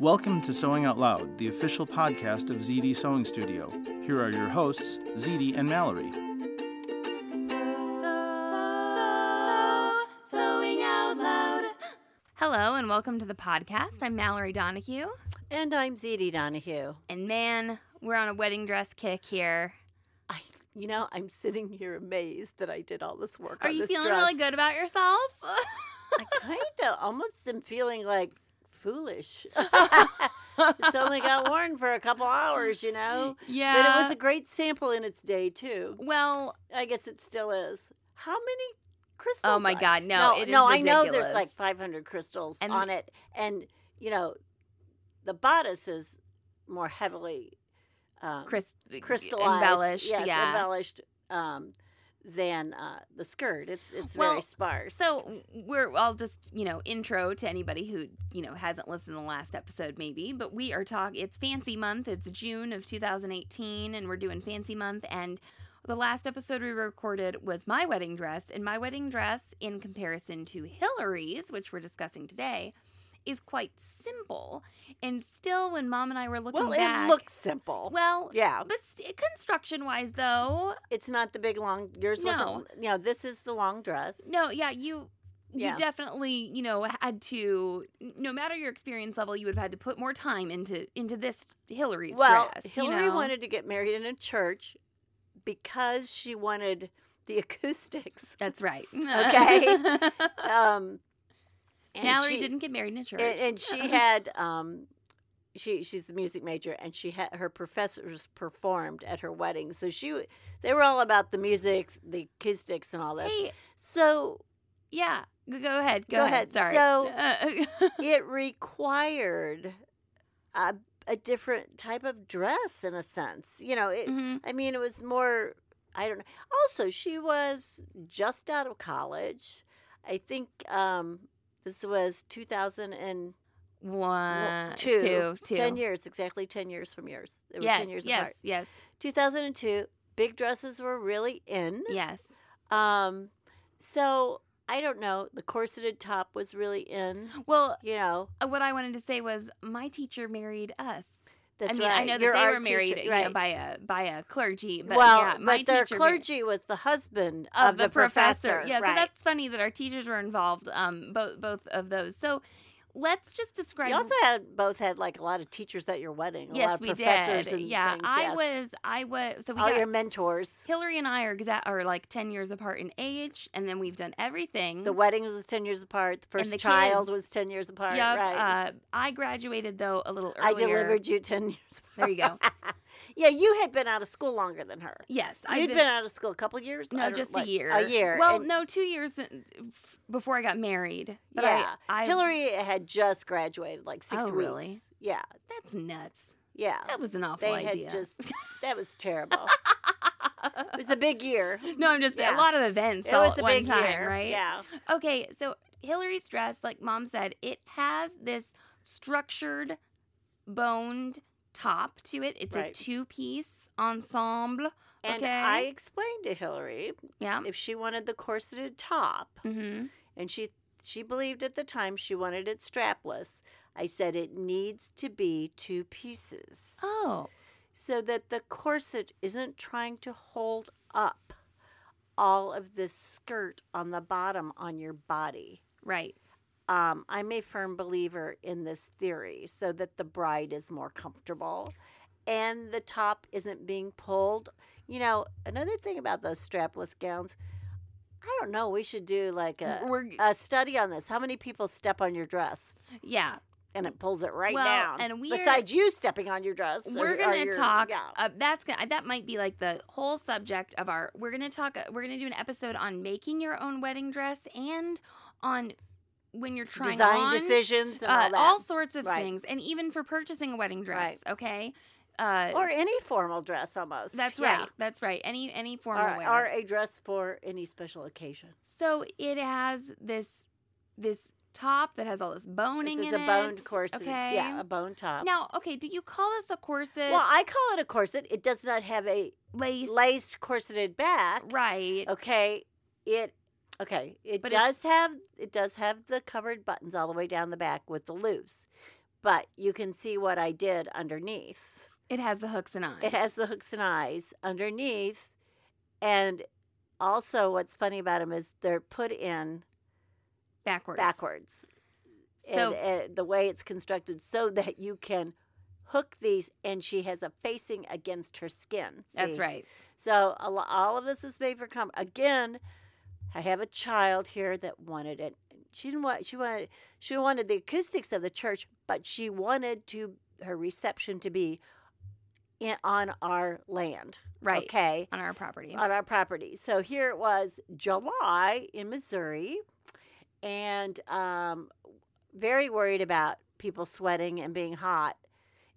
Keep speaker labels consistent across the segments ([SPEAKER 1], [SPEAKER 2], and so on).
[SPEAKER 1] Welcome to Sewing Out Loud, the official podcast of ZD Sewing Studio. Here are your hosts, ZD and Mallory.
[SPEAKER 2] Sewing out loud. Hello and welcome to the podcast. I'm Mallory Donahue.
[SPEAKER 3] And I'm Zeddy Donahue.
[SPEAKER 2] And man, we're on a wedding dress kick here.
[SPEAKER 3] I, you know, I'm sitting here amazed that I did all this work.
[SPEAKER 2] Are
[SPEAKER 3] on
[SPEAKER 2] you
[SPEAKER 3] this
[SPEAKER 2] feeling
[SPEAKER 3] dress.
[SPEAKER 2] really good about yourself?
[SPEAKER 3] I kind of almost am feeling like foolish. it's only got worn for a couple hours, you know.
[SPEAKER 2] yeah.
[SPEAKER 3] But it was a great sample in its day too.
[SPEAKER 2] well,
[SPEAKER 3] I guess it still is. How many crystals?
[SPEAKER 2] Oh, my
[SPEAKER 3] I-
[SPEAKER 2] God, no,
[SPEAKER 3] no,
[SPEAKER 2] it is
[SPEAKER 3] no, I know there's
[SPEAKER 2] ridiculous.
[SPEAKER 3] like 500 crystals
[SPEAKER 2] And
[SPEAKER 3] on it, and you know, the bodice is more heavily um,
[SPEAKER 2] Chris,
[SPEAKER 3] crystallized,
[SPEAKER 2] embellished.
[SPEAKER 3] yes,
[SPEAKER 2] yeah.
[SPEAKER 3] embellished um, than uh, the skirt. It's it's
[SPEAKER 2] Well,
[SPEAKER 3] very sparse.
[SPEAKER 2] So we're I'll just, you know, intro to anybody who, you know, hasn't listened to the last episode maybe, but we are talking it's fancy month. It's June of 2018 and we're doing fancy month and the last episode we recorded was my wedding dress and my wedding dress in comparison to Hillary's, which we're discussing today, is quite simple. And still when mom and I were looking
[SPEAKER 3] well,
[SPEAKER 2] back
[SPEAKER 3] it looks simple.
[SPEAKER 2] Well,
[SPEAKER 3] yeah,
[SPEAKER 2] but st- construction-wise though,
[SPEAKER 3] it's not the big long. Yours
[SPEAKER 2] No.
[SPEAKER 3] wasn't. You know, this is the long dress.
[SPEAKER 2] No, yeah, you you
[SPEAKER 3] Yeah.
[SPEAKER 2] definitely, you know, had to no matter your experience level, you would have had to put more time into into this Hillary's
[SPEAKER 3] well,
[SPEAKER 2] dress.
[SPEAKER 3] Hillary
[SPEAKER 2] you know?
[SPEAKER 3] wanted to get married in a church because she wanted the acoustics.
[SPEAKER 2] That's right.
[SPEAKER 3] Okay. Um, and
[SPEAKER 2] Mallory
[SPEAKER 3] she-
[SPEAKER 2] didn't get married in a church.
[SPEAKER 3] and, and she had um she she's a music major and she had her professors performed at her wedding so she w- they were all about the music the acoustics and all this
[SPEAKER 2] hey,
[SPEAKER 3] so
[SPEAKER 2] yeah. Go, go ahead. Go,
[SPEAKER 3] Go
[SPEAKER 2] ahead.
[SPEAKER 3] ahead.
[SPEAKER 2] Sorry.
[SPEAKER 3] So-
[SPEAKER 2] Uh,
[SPEAKER 3] it required a, a different type of dress in a sense you know it,
[SPEAKER 2] mhm.
[SPEAKER 3] i mean it was more i don't know also she was just out of college i think um this was 2000 and
[SPEAKER 2] One,
[SPEAKER 3] Well, two,
[SPEAKER 2] two, Uh, two.
[SPEAKER 3] Ten years, exactly ten years from yours. They were
[SPEAKER 2] yes,
[SPEAKER 3] ten years
[SPEAKER 2] yes,
[SPEAKER 3] apart.
[SPEAKER 2] yes,
[SPEAKER 3] 2002, big dresses were really in.
[SPEAKER 2] yes.
[SPEAKER 3] Um, so I don't know. The corseted top was really in.
[SPEAKER 2] Well,
[SPEAKER 3] You know,
[SPEAKER 2] uh, what I wanted to say was my teacher married us.
[SPEAKER 3] that's
[SPEAKER 2] I mean,
[SPEAKER 3] right.
[SPEAKER 2] I know that
[SPEAKER 3] You're
[SPEAKER 2] they
[SPEAKER 3] our
[SPEAKER 2] were married
[SPEAKER 3] teacher,
[SPEAKER 2] you know,
[SPEAKER 3] right?
[SPEAKER 2] by a by a clergy, but
[SPEAKER 3] well,
[SPEAKER 2] yeah, my
[SPEAKER 3] but their
[SPEAKER 2] teacher married-
[SPEAKER 3] clergy was the husband
[SPEAKER 2] of,
[SPEAKER 3] the, professor.
[SPEAKER 2] Yeah,
[SPEAKER 3] right.
[SPEAKER 2] so that's funny that our teachers were involved. Um, both both of those. So let's just describe.
[SPEAKER 3] you also had both had like a lot of teachers at your wedding. a lot
[SPEAKER 2] yes,
[SPEAKER 3] of
[SPEAKER 2] we
[SPEAKER 3] professors
[SPEAKER 2] did.
[SPEAKER 3] and
[SPEAKER 2] yeah,
[SPEAKER 3] things,
[SPEAKER 2] I
[SPEAKER 3] yes.
[SPEAKER 2] was. I was. So we
[SPEAKER 3] all
[SPEAKER 2] got
[SPEAKER 3] your mentors.
[SPEAKER 2] Hillary and I are exa- are like ten years apart in age, and then we've done everything.
[SPEAKER 3] The wedding was ten years apart. The first
[SPEAKER 2] Mm-hmm. the
[SPEAKER 3] child
[SPEAKER 2] kids.
[SPEAKER 3] was ten years apart.
[SPEAKER 2] Yep,
[SPEAKER 3] right.
[SPEAKER 2] Uh, I graduated though a little earlier.
[SPEAKER 3] I delivered you 10 years.
[SPEAKER 2] There you go.
[SPEAKER 3] yeah, you had been out of school longer than her.
[SPEAKER 2] Yes,
[SPEAKER 3] you
[SPEAKER 2] I've
[SPEAKER 3] had
[SPEAKER 2] been.
[SPEAKER 3] been, out of school a couple years? I
[SPEAKER 2] no,
[SPEAKER 3] don't-
[SPEAKER 2] just
[SPEAKER 3] what,
[SPEAKER 2] a year.
[SPEAKER 3] A year.
[SPEAKER 2] Well,
[SPEAKER 3] and-
[SPEAKER 2] no, two years uh, f- before I got married. But I-
[SPEAKER 3] yeah.
[SPEAKER 2] I,
[SPEAKER 3] Hillary had just graduated like six
[SPEAKER 2] Oh,
[SPEAKER 3] weeks.
[SPEAKER 2] really?
[SPEAKER 3] Yeah,
[SPEAKER 2] That's nuts.
[SPEAKER 3] yeah.
[SPEAKER 2] That was an awful
[SPEAKER 3] they
[SPEAKER 2] idea.
[SPEAKER 3] had just, that was terrible. it was a big year.
[SPEAKER 2] No, I'm just a
[SPEAKER 3] Yeah.
[SPEAKER 2] lot of events
[SPEAKER 3] It
[SPEAKER 2] all
[SPEAKER 3] was
[SPEAKER 2] at
[SPEAKER 3] a
[SPEAKER 2] one
[SPEAKER 3] big
[SPEAKER 2] time,
[SPEAKER 3] year.
[SPEAKER 2] right?
[SPEAKER 3] Yeah.
[SPEAKER 2] Okay, so Hillary's dress, like mom said, it has this structured, boned top to it. It's a
[SPEAKER 3] Right.
[SPEAKER 2] two-piece ensemble.
[SPEAKER 3] And
[SPEAKER 2] Okay. Um
[SPEAKER 3] I explained to Hillary
[SPEAKER 2] Yeah.
[SPEAKER 3] if she wanted the corseted top,
[SPEAKER 2] Mm-hmm.
[SPEAKER 3] and she she believed at the time she wanted it strapless. I said it needs to be two pieces.
[SPEAKER 2] Oh,
[SPEAKER 3] so that the corset isn't trying to hold up all of this skirt on the bottom on your body.
[SPEAKER 2] right.
[SPEAKER 3] um, I'm a firm believer in this theory so that the bride is more comfortable and the top isn't being pulled. You know, another thing about those strapless gowns, I don't know, we should do like a,
[SPEAKER 2] We're
[SPEAKER 3] a study on this. How many people step on your dress
[SPEAKER 2] yeah.
[SPEAKER 3] and it pulls it right
[SPEAKER 2] Well,
[SPEAKER 3] down?
[SPEAKER 2] and we are-
[SPEAKER 3] Besides you stepping on your dress. or-
[SPEAKER 2] We're
[SPEAKER 3] or
[SPEAKER 2] gonna
[SPEAKER 3] your-
[SPEAKER 2] talk.
[SPEAKER 3] yeah.
[SPEAKER 2] Uh, that's gonna, that might be like the whole subject of our. We're gonna talk. uh, We're gonna do an episode on making your own wedding dress and on when you're trying
[SPEAKER 3] Design
[SPEAKER 2] on,
[SPEAKER 3] decisions and
[SPEAKER 2] uh,
[SPEAKER 3] all that.
[SPEAKER 2] all sorts of
[SPEAKER 3] Right.
[SPEAKER 2] things, and even for purchasing a wedding dress.
[SPEAKER 3] Right.
[SPEAKER 2] Okay. Uh,
[SPEAKER 3] or any formal dress almost.
[SPEAKER 2] that's
[SPEAKER 3] Yeah.
[SPEAKER 2] right. That's right. Any any formal
[SPEAKER 3] Or,
[SPEAKER 2] wear.
[SPEAKER 3] or a dress for any special occasion.
[SPEAKER 2] So it has this this top that has all this boning
[SPEAKER 3] this is
[SPEAKER 2] in
[SPEAKER 3] a
[SPEAKER 2] it.
[SPEAKER 3] boned corset.
[SPEAKER 2] Okay.
[SPEAKER 3] Yeah, a boned top.
[SPEAKER 2] Now, okay, do you call this a corset?
[SPEAKER 3] well, I call it a corset. It does not have a
[SPEAKER 2] lace,
[SPEAKER 3] laced corseted back.
[SPEAKER 2] right?
[SPEAKER 3] Okay. It okay. It
[SPEAKER 2] But
[SPEAKER 3] does have it does have the covered buttons all the way down the back with the loops. But you can see what I did underneath.
[SPEAKER 2] It has the hooks and eyes.
[SPEAKER 3] It has the hooks and eyes underneath. And also what's funny about them is they're put in
[SPEAKER 2] backwards.
[SPEAKER 3] backwards.
[SPEAKER 2] So-
[SPEAKER 3] and, and the way it's constructed so that you can hook these and she has a facing against her skin.
[SPEAKER 2] That's
[SPEAKER 3] See?
[SPEAKER 2] right.
[SPEAKER 3] So a lo- all of this was made for comfort. Again, I have a child here that wanted it. She didn't want she wanted she wanted the acoustics of the church, but she wanted to her reception to be in, on our land.
[SPEAKER 2] Right.
[SPEAKER 3] Okay
[SPEAKER 2] On our property.
[SPEAKER 3] on our property. So here it was July in Missouri, and um, very worried about people sweating and being hot.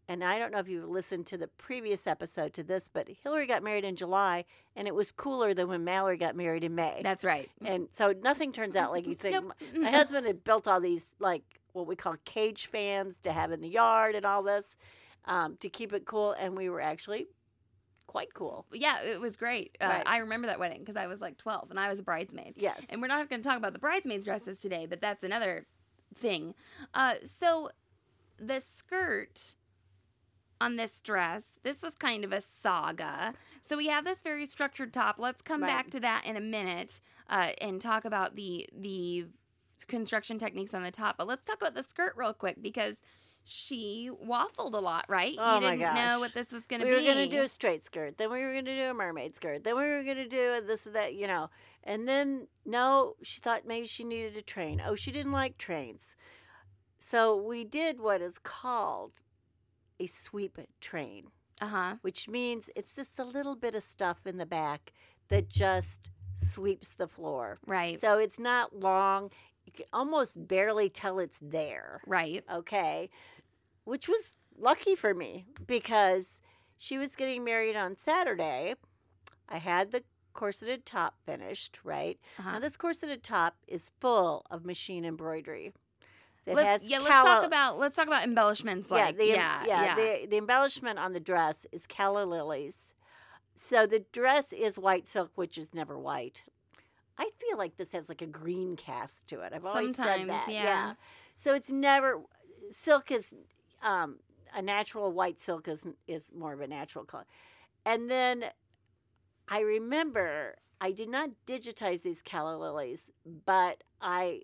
[SPEAKER 3] And I don't know if you listened to the previous episode to this, but Hillary got married in July, and it was cooler than when Mallory got married in May.
[SPEAKER 2] That's right.
[SPEAKER 3] and so nothing turns out like you think.
[SPEAKER 2] Nope.
[SPEAKER 3] My husband had built all these like what we call cage fans to have in the yard and all this um, to keep it cool, and we were actually quite cool.
[SPEAKER 2] Yeah, it was great. Uh,
[SPEAKER 3] Right.
[SPEAKER 2] I remember that wedding because I was like 12 and I was a bridesmaid.
[SPEAKER 3] Yes,
[SPEAKER 2] And we're not going to talk about the bridesmaids' dresses today, but that's another thing. Uh, so the skirt on this dress, this was kind of a saga. So we have this very structured top. Let's come
[SPEAKER 3] Right.
[SPEAKER 2] back to that in a minute uh, and talk about the the construction techniques on the top. But let's talk about the skirt real quick because she waffled a lot, right?
[SPEAKER 3] Oh
[SPEAKER 2] you
[SPEAKER 3] my
[SPEAKER 2] didn't know
[SPEAKER 3] gosh.
[SPEAKER 2] what this was going to
[SPEAKER 3] we
[SPEAKER 2] be.
[SPEAKER 3] were going to do a straight skirt then we were going to do a mermaid skirt then we were going to do a this or that you know and then no she thought maybe she needed a train oh she didn't like trains so we did what is called a sweep train
[SPEAKER 2] uh huh.
[SPEAKER 3] which means it's just a little bit of stuff in the back that just sweeps the floor
[SPEAKER 2] Right.
[SPEAKER 3] so it's not long you can almost barely tell it's there
[SPEAKER 2] right.
[SPEAKER 3] okay, which was lucky for me because she was getting married on Saturday. I had the corseted top finished, right? Now
[SPEAKER 2] Uh-huh.
[SPEAKER 3] this corseted top is full of machine embroidery. It
[SPEAKER 2] Let's-
[SPEAKER 3] has
[SPEAKER 2] yeah, let's talk
[SPEAKER 3] calla-
[SPEAKER 2] about let's talk about embellishments.
[SPEAKER 3] yeah,
[SPEAKER 2] Like
[SPEAKER 3] the, em-
[SPEAKER 2] yeah,
[SPEAKER 3] yeah,
[SPEAKER 2] yeah.
[SPEAKER 3] The, the embellishment on the dress is calla lilies. So the dress is white silk, which is never white. I feel like this has like a green cast to it. I've always
[SPEAKER 2] Sometimes,
[SPEAKER 3] said that.
[SPEAKER 2] yeah.
[SPEAKER 3] So it's never silk is um, a natural white silk is is more of a natural color. And then I remember I did not digitize these calla lilies, but I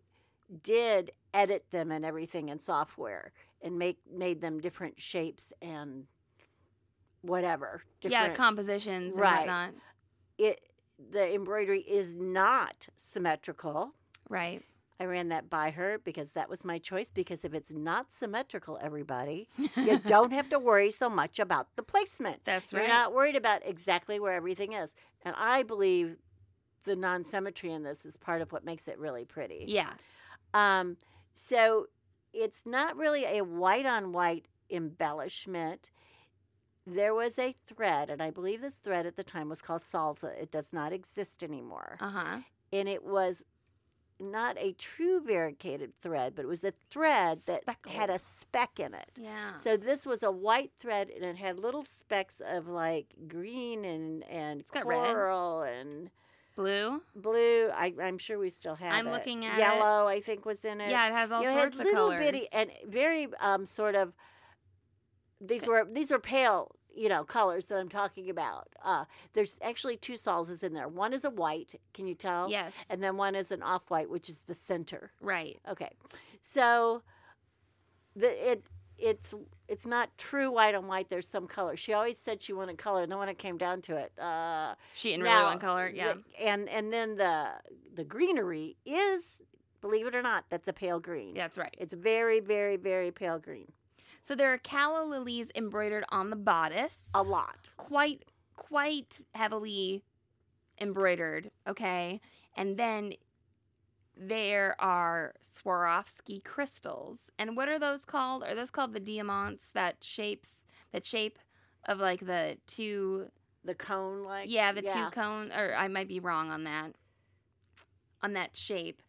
[SPEAKER 3] did edit them and everything in software and make made them different shapes and whatever. Different.
[SPEAKER 2] yeah, compositions and
[SPEAKER 3] Right.
[SPEAKER 2] whatnot.
[SPEAKER 3] it the embroidery is not symmetrical.
[SPEAKER 2] Right.
[SPEAKER 3] I ran that by her because that was my choice. Because if it's not symmetrical, everybody, you don't have to worry so much about the placement.
[SPEAKER 2] That's
[SPEAKER 3] You're
[SPEAKER 2] right.
[SPEAKER 3] not worried about exactly where everything is. And I believe the non symmetry in this is part of what makes it really pretty.
[SPEAKER 2] yeah.
[SPEAKER 3] Um, so it's not really a white on white embellishment. There was a thread, and I believe this thread at the time was called salsa. It does not exist anymore.
[SPEAKER 2] Uh huh.
[SPEAKER 3] And it was not a true variegated thread, but it was a thread that had a
[SPEAKER 2] Speckled.
[SPEAKER 3] speck in it.
[SPEAKER 2] Yeah.
[SPEAKER 3] So this was a white thread, and it had little specks of like green and and
[SPEAKER 2] got red.
[SPEAKER 3] coral and
[SPEAKER 2] Blue.
[SPEAKER 3] blue. I, I'm sure we still have.
[SPEAKER 2] I'm
[SPEAKER 3] it.
[SPEAKER 2] looking at it.
[SPEAKER 3] yellow. I think was in it.
[SPEAKER 2] Yeah, it has all
[SPEAKER 3] you know,
[SPEAKER 2] sorts
[SPEAKER 3] had
[SPEAKER 2] of
[SPEAKER 3] little
[SPEAKER 2] colors.
[SPEAKER 3] bitty and very um, sort of. These were these are pale, you know, colors that I'm talking about. Uh, there's actually two salsas in there. One is a white. Can you tell?
[SPEAKER 2] Yes.
[SPEAKER 3] And then one is an off-white, which is the center.
[SPEAKER 2] Right.
[SPEAKER 3] Okay, So the it it's it's not true white on white. There's some color. She always said she wanted color, and then when it came down to it, uh,
[SPEAKER 2] She didn't
[SPEAKER 3] now,
[SPEAKER 2] really want color.
[SPEAKER 3] the-
[SPEAKER 2] Yeah.
[SPEAKER 3] and and then the the greenery is, believe it or not, that's a pale green.
[SPEAKER 2] That's right.
[SPEAKER 3] It's very, very, very pale green.
[SPEAKER 2] So there are calla lilies embroidered on the bodice,
[SPEAKER 3] A lot.
[SPEAKER 2] quite quite heavily embroidered, okay? And then there are Swarovski crystals. And what are those called? Are those called the diamants that shapes that shape of like the two
[SPEAKER 3] The cone, like
[SPEAKER 2] yeah, the two cone or I might be wrong on that. On that shape.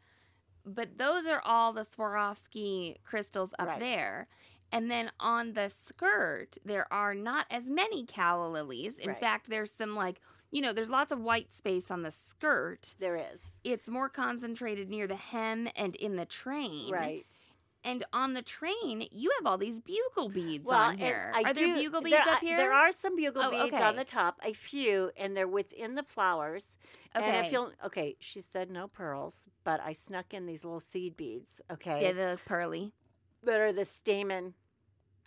[SPEAKER 2] But those are all the Swarovski crystals up
[SPEAKER 3] Right.
[SPEAKER 2] there. And then on the skirt, there are not as many calla lilies. In
[SPEAKER 3] Right.
[SPEAKER 2] fact, there's some like, you know, there's lots of white space on the skirt.
[SPEAKER 3] There is
[SPEAKER 2] It's more concentrated near the hem and in the train.
[SPEAKER 3] right.
[SPEAKER 2] And on the train, you have all these bugle beads
[SPEAKER 3] Well,
[SPEAKER 2] on
[SPEAKER 3] and
[SPEAKER 2] here.
[SPEAKER 3] I
[SPEAKER 2] are
[SPEAKER 3] do,
[SPEAKER 2] there bugle beads
[SPEAKER 3] there
[SPEAKER 2] up
[SPEAKER 3] are-
[SPEAKER 2] here?
[SPEAKER 3] There are some bugle
[SPEAKER 2] Oh,
[SPEAKER 3] beads
[SPEAKER 2] okay.
[SPEAKER 3] on the top, a few, and they're within the flowers. And
[SPEAKER 2] Okay.
[SPEAKER 3] if you'll, okay, she said no pearls, but I snuck in these little seed beads. Okay,
[SPEAKER 2] Yeah, they look pearly.
[SPEAKER 3] that are the stamen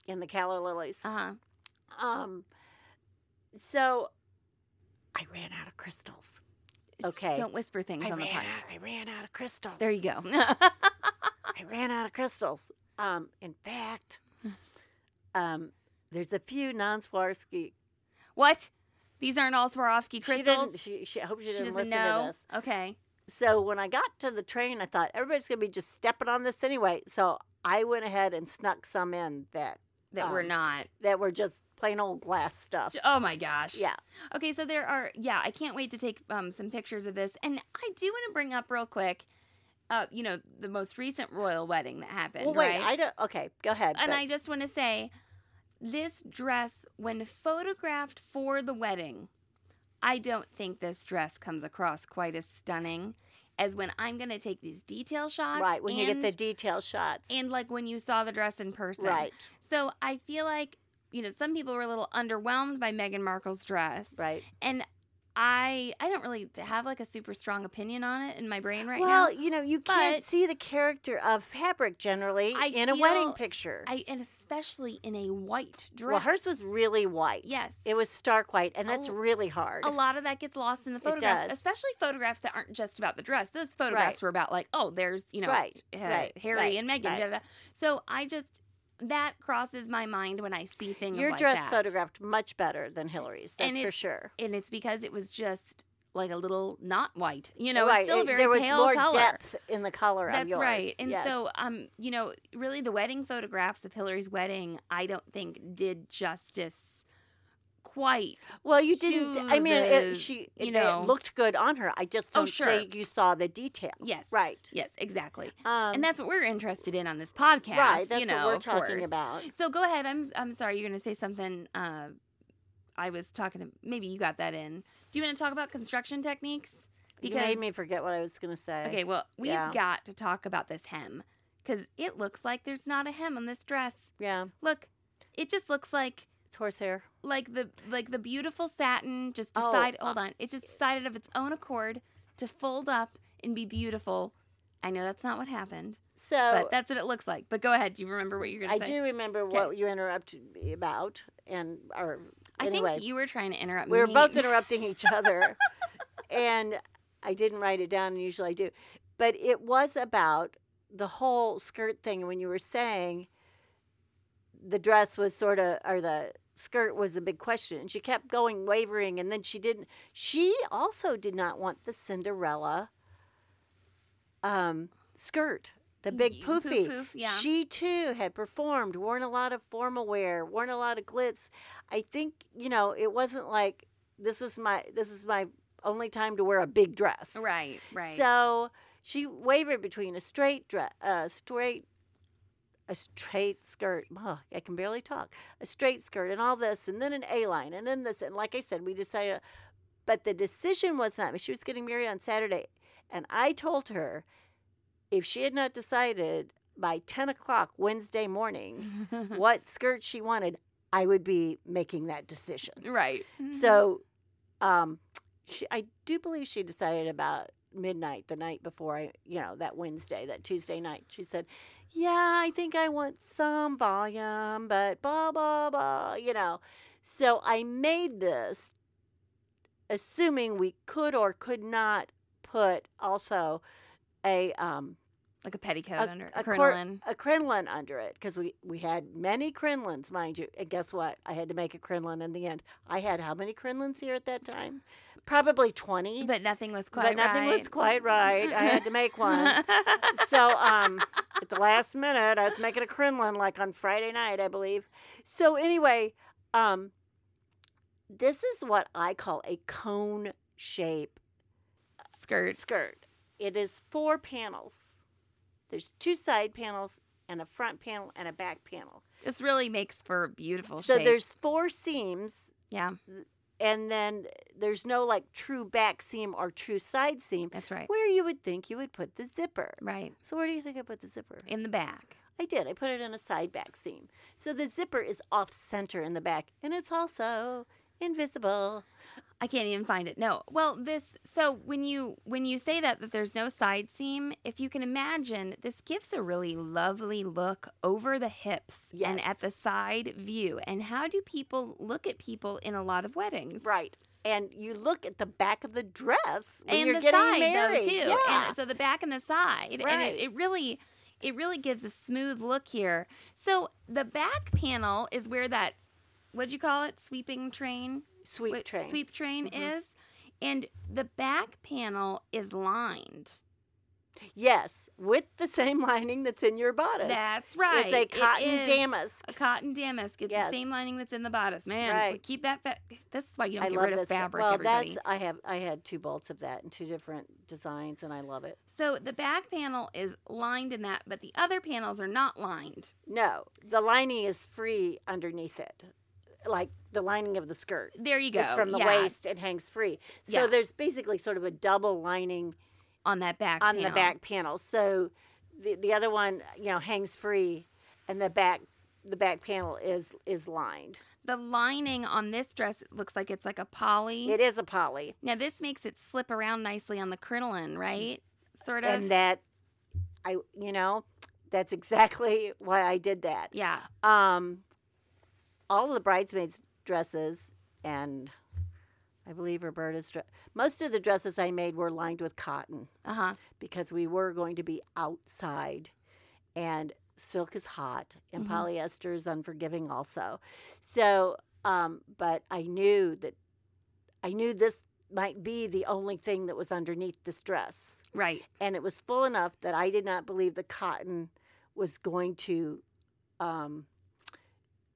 [SPEAKER 3] in the calla lilies.
[SPEAKER 2] Uh huh.
[SPEAKER 3] Um, so I ran out of crystals. Okay,
[SPEAKER 2] Don't whisper things
[SPEAKER 3] I
[SPEAKER 2] on the
[SPEAKER 3] ran
[SPEAKER 2] podcast.
[SPEAKER 3] out. I ran out of crystals.
[SPEAKER 2] There you go.
[SPEAKER 3] I ran out of crystals. Um, in fact, um, there's a few non-Swarovski
[SPEAKER 2] what? These aren't all Swarovski
[SPEAKER 3] She
[SPEAKER 2] crystals.
[SPEAKER 3] didn't- She, she, I hope she
[SPEAKER 2] She
[SPEAKER 3] didn't
[SPEAKER 2] doesn't
[SPEAKER 3] listen to
[SPEAKER 2] know.
[SPEAKER 3] this.
[SPEAKER 2] Okay.
[SPEAKER 3] So when I got to the train, I thought everybody's gonna be just stepping on this anyway. So I went ahead and snuck some in that
[SPEAKER 2] That we're
[SPEAKER 3] Um,
[SPEAKER 2] not.
[SPEAKER 3] that were just plain old glass stuff.
[SPEAKER 2] Oh my gosh.
[SPEAKER 3] Yeah,
[SPEAKER 2] Okay, so there are. Yeah, I can't wait to take um, some pictures of this. And I do want to bring up real quick. Uh, you know, the most recent royal wedding that happened.
[SPEAKER 3] well, wait,
[SPEAKER 2] right?
[SPEAKER 3] I don't. Okay, go ahead.
[SPEAKER 2] and
[SPEAKER 3] but-
[SPEAKER 2] I just want to say this dress, when photographed for the wedding, I don't think this dress comes across quite as stunning as when I'm going to take these detail shots.
[SPEAKER 3] right when you get the
[SPEAKER 2] and-
[SPEAKER 3] detail shots.
[SPEAKER 2] and like when you saw the dress in person.
[SPEAKER 3] right,
[SPEAKER 2] So I feel like, you know, some people were a little underwhelmed by Meghan Markle's dress.
[SPEAKER 3] right.
[SPEAKER 2] And I I don't really have like a super strong opinion on it in my brain right
[SPEAKER 3] well,
[SPEAKER 2] now.
[SPEAKER 3] you know, you can't
[SPEAKER 2] but-
[SPEAKER 3] see the character of fabric generally
[SPEAKER 2] I
[SPEAKER 3] in a wedding
[SPEAKER 2] feel-
[SPEAKER 3] picture.
[SPEAKER 2] I and especially in a white dress.
[SPEAKER 3] well, hers was really white.
[SPEAKER 2] Yes. Oh,
[SPEAKER 3] it was stark white, and
[SPEAKER 2] A
[SPEAKER 3] that's
[SPEAKER 2] l-
[SPEAKER 3] really hard.
[SPEAKER 2] a lot of that gets lost in the photographs,
[SPEAKER 3] does.
[SPEAKER 2] especially photographs that aren't just about the dress. Those photographs
[SPEAKER 3] Right.
[SPEAKER 2] were about like, oh, there's you know,
[SPEAKER 3] Right,
[SPEAKER 2] uh,
[SPEAKER 3] right,
[SPEAKER 2] Harry
[SPEAKER 3] right,
[SPEAKER 2] and Meghan.
[SPEAKER 3] right.
[SPEAKER 2] da, da, da. So I just that crosses my mind when I see things.
[SPEAKER 3] Your
[SPEAKER 2] like
[SPEAKER 3] dress
[SPEAKER 2] that.
[SPEAKER 3] photographed much better than Hillary's. That's
[SPEAKER 2] And
[SPEAKER 3] for
[SPEAKER 2] it's-
[SPEAKER 3] sure.
[SPEAKER 2] and it's because it was just like a little not white. You know,
[SPEAKER 3] right.
[SPEAKER 2] it's still a
[SPEAKER 3] it-
[SPEAKER 2] very
[SPEAKER 3] there was
[SPEAKER 2] pale
[SPEAKER 3] more
[SPEAKER 2] color.
[SPEAKER 3] depth in the color of
[SPEAKER 2] That's
[SPEAKER 3] yours.
[SPEAKER 2] right. And
[SPEAKER 3] yes.
[SPEAKER 2] so, um, you know, really the wedding photographs of Hillary's wedding, I don't think did justice quite.
[SPEAKER 3] well, you didn't. I
[SPEAKER 2] to
[SPEAKER 3] mean, it,
[SPEAKER 2] the-
[SPEAKER 3] she
[SPEAKER 2] you
[SPEAKER 3] it-
[SPEAKER 2] know-
[SPEAKER 3] it looked good on her. I just
[SPEAKER 2] Oh,
[SPEAKER 3] don't
[SPEAKER 2] sure.
[SPEAKER 3] think you saw the detail.
[SPEAKER 2] Yes.
[SPEAKER 3] Right.
[SPEAKER 2] Yes, exactly.
[SPEAKER 3] Um,
[SPEAKER 2] and that's what we're interested in on this podcast.
[SPEAKER 3] right. That's
[SPEAKER 2] you know,
[SPEAKER 3] what we're
[SPEAKER 2] of
[SPEAKER 3] talking
[SPEAKER 2] course.
[SPEAKER 3] about.
[SPEAKER 2] So go ahead. I'm I'm sorry. You're going to say something. Uh, I was talking to maybe you got that in. Do you want to talk about construction techniques?
[SPEAKER 3] you made me forget what I was going to say.
[SPEAKER 2] Okay, well, we've
[SPEAKER 3] Yeah.
[SPEAKER 2] got to talk about this hem because it looks like there's not a hem on this dress.
[SPEAKER 3] Yeah,
[SPEAKER 2] Look, it just looks like
[SPEAKER 3] it's horsehair.
[SPEAKER 2] like the like the beautiful satin just
[SPEAKER 3] Oh,
[SPEAKER 2] decided.
[SPEAKER 3] uh,
[SPEAKER 2] hold on, it just decided of its own accord to fold up and be beautiful. I know that's not what happened,
[SPEAKER 3] So
[SPEAKER 2] but that's what it looks like. But go ahead. Do you remember what you're
[SPEAKER 3] Oh. I
[SPEAKER 2] going to say?
[SPEAKER 3] do remember what you interrupted me about, and or
[SPEAKER 2] I
[SPEAKER 3] anyway,
[SPEAKER 2] think you were trying to interrupt
[SPEAKER 3] we were
[SPEAKER 2] me.
[SPEAKER 3] both interrupting each other, and I didn't write it down. and Usually I do, but it was about the whole skirt thing. When you were saying the dress was sort of or the skirt was a big question, and she kept going wavering, and then she didn't. She also did not want the Cinderella um, skirt. The big
[SPEAKER 2] Y- poof,
[SPEAKER 3] poofy.
[SPEAKER 2] poof, yeah.
[SPEAKER 3] She too had performed, worn a lot of formal wear, worn a lot of glitz. I think you know it wasn't like this is my this is my only time to wear a big dress.
[SPEAKER 2] right, right.
[SPEAKER 3] So she wavered between a straight dress, a straight, a straight skirt. Ugh, I can barely talk. A straight skirt and all this, and then an A line, and then this, and like I said, we decided. But the decision was not. She was getting married on Saturday, and I told her if she had not decided by ten o'clock Wednesday morning what skirt she wanted, I would be making that decision.
[SPEAKER 2] right.
[SPEAKER 3] So, um, she, I do believe she decided about midnight the night before I, you know, that Wednesday, that Tuesday night. She said, yeah, I think I want some volume, but blah, blah, blah, you know. So I made this assuming we could or could not put also a um,
[SPEAKER 2] like a petticoat under a
[SPEAKER 3] a cor-
[SPEAKER 2] crinoline.
[SPEAKER 3] a crinoline under it because we, we had many crinolines, mind you. And guess what? I had to make a crinoline in the end. I had how many crinolines here at that time? Probably 20.
[SPEAKER 2] But nothing was
[SPEAKER 3] but
[SPEAKER 2] quite
[SPEAKER 3] nothing
[SPEAKER 2] right.
[SPEAKER 3] was quite right. I had to make one. so um, at the last minute, I was making a crinoline like on Friday night, I believe. So anyway, um, this is what I call a cone shape
[SPEAKER 2] Skirt.
[SPEAKER 3] skirt. It is four panels. There's two side panels and a front panel and a back panel.
[SPEAKER 2] This really makes for a beautiful
[SPEAKER 3] so
[SPEAKER 2] shape.
[SPEAKER 3] there's four seams
[SPEAKER 2] yeah,
[SPEAKER 3] and then there's no like true back seam or true side seam
[SPEAKER 2] that's right.
[SPEAKER 3] where you would think you would put the zipper.
[SPEAKER 2] Right.
[SPEAKER 3] So where do you think I put the zipper?
[SPEAKER 2] In the back.
[SPEAKER 3] I did. I put it in a side back seam. So the zipper is off center in the back and it's also invisible.
[SPEAKER 2] I can't even find it. No. Well, this so when you when you say that that there's no side seam, if you can imagine, this gives a really lovely look over the hips and
[SPEAKER 3] Yes.
[SPEAKER 2] at the side view. And how do people look at people in a lot of weddings?
[SPEAKER 3] Right. And you look at the back of the dress when
[SPEAKER 2] and
[SPEAKER 3] you're
[SPEAKER 2] the
[SPEAKER 3] getting
[SPEAKER 2] side
[SPEAKER 3] married.
[SPEAKER 2] though too.
[SPEAKER 3] Yeah.
[SPEAKER 2] And so the back and the side, and
[SPEAKER 3] Right.
[SPEAKER 2] it, it really, it really gives a smooth look here. So the back panel is where that, what'd you call it, sweeping train,
[SPEAKER 3] Sweep
[SPEAKER 2] What-
[SPEAKER 3] train. Mm-hmm.
[SPEAKER 2] sweep train is, and the back panel is lined.
[SPEAKER 3] Yes, with the same lining that's in your bodice.
[SPEAKER 2] That's right.
[SPEAKER 3] It's a
[SPEAKER 2] It
[SPEAKER 3] cotton
[SPEAKER 2] is
[SPEAKER 3] damask.
[SPEAKER 2] A cotton damask. It's
[SPEAKER 3] Yes.
[SPEAKER 2] the same lining that's in the bodice. Man,
[SPEAKER 3] Right.
[SPEAKER 2] we keep that. Fa- this is why you don't
[SPEAKER 3] I
[SPEAKER 2] get
[SPEAKER 3] love
[SPEAKER 2] rid of
[SPEAKER 3] this.
[SPEAKER 2] fabric.
[SPEAKER 3] well,
[SPEAKER 2] everybody.
[SPEAKER 3] that's I have I had two bolts of that in two different designs, and I love it.
[SPEAKER 2] So the back panel is lined in that, but the other panels are not lined.
[SPEAKER 3] No, the lining is free underneath it, like the lining of the skirt
[SPEAKER 2] There you go.
[SPEAKER 3] is from the
[SPEAKER 2] yeah,
[SPEAKER 3] waist and hangs free. So
[SPEAKER 2] Yeah.
[SPEAKER 3] there's basically sort of a double lining
[SPEAKER 2] on that back.
[SPEAKER 3] on the
[SPEAKER 2] panel.
[SPEAKER 3] back panel. So the the other one, you know, hangs free, and the back the back panel is is lined.
[SPEAKER 2] The lining on this dress looks like it's like a poly.
[SPEAKER 3] It is a poly.
[SPEAKER 2] now this makes it slip around nicely on the crinoline, right? Sort of.
[SPEAKER 3] and that I you know that's exactly why I did that.
[SPEAKER 2] yeah.
[SPEAKER 3] Um, all of the bridesmaids' dresses and I believe Roberta's dress. Most of the dresses I made were lined with cotton
[SPEAKER 2] Uh huh.
[SPEAKER 3] because we were going to be outside, and silk is hot and
[SPEAKER 2] Mhm.
[SPEAKER 3] polyester is unforgiving also. So, um, but I knew that I knew this might be the only thing that was underneath this dress
[SPEAKER 2] Right.
[SPEAKER 3] and it was full enough that I did not believe the cotton was going to um,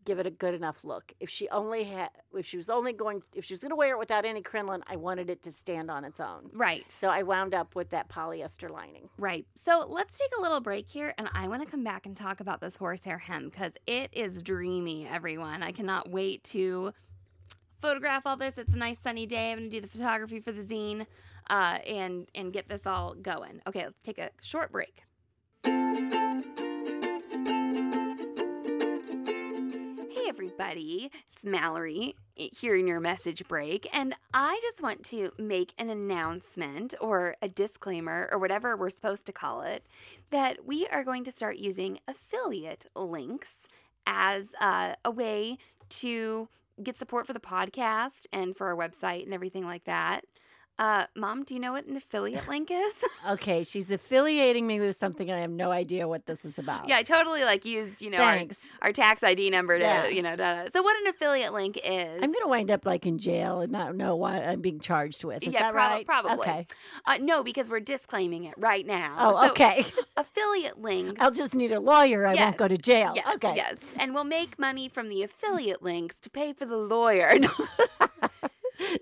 [SPEAKER 3] give it a good enough look. If she only had, if she was only going, if she was going to wear it without any crinoline, I wanted it to stand on its own.
[SPEAKER 2] Right.
[SPEAKER 3] So I wound up with that polyester lining.
[SPEAKER 2] Right. So let's take a little break here, and I want to come back and talk about this horsehair hem because it is dreamy, everyone. I cannot wait to photograph all this. It's a nice sunny day. I'm going to do the photography for the zine uh, and, and get this all going. Okay, let's take a short break. Hey, everybody. It's Mallory here in your message break. And I just want to make an announcement or a disclaimer or whatever we're supposed to call it that we are going to start using affiliate links as uh, a way to get support for the podcast and for our website and everything like that. Uh, Mom, do you know what an affiliate link is?
[SPEAKER 3] Okay, she's affiliating me with something. I have no idea what this is about.
[SPEAKER 2] yeah, I totally like used, you know, our, our tax ID number to,
[SPEAKER 3] Yeah.
[SPEAKER 2] you know, da, da. so what an affiliate link is.
[SPEAKER 3] to wind up like in jail and not know what I'm being charged with.
[SPEAKER 2] Is Yeah, that prob- right? probably. Okay. Oh, Uh, no, because we're disclaiming it right
[SPEAKER 3] Uh,
[SPEAKER 2] now. So, Affiliate links.
[SPEAKER 3] Oh, just need a lawyer. I
[SPEAKER 2] Oh, won't go Yes. to
[SPEAKER 3] jail.
[SPEAKER 2] Yes, yes, and we'll make money from the affiliate links to pay for the lawyer.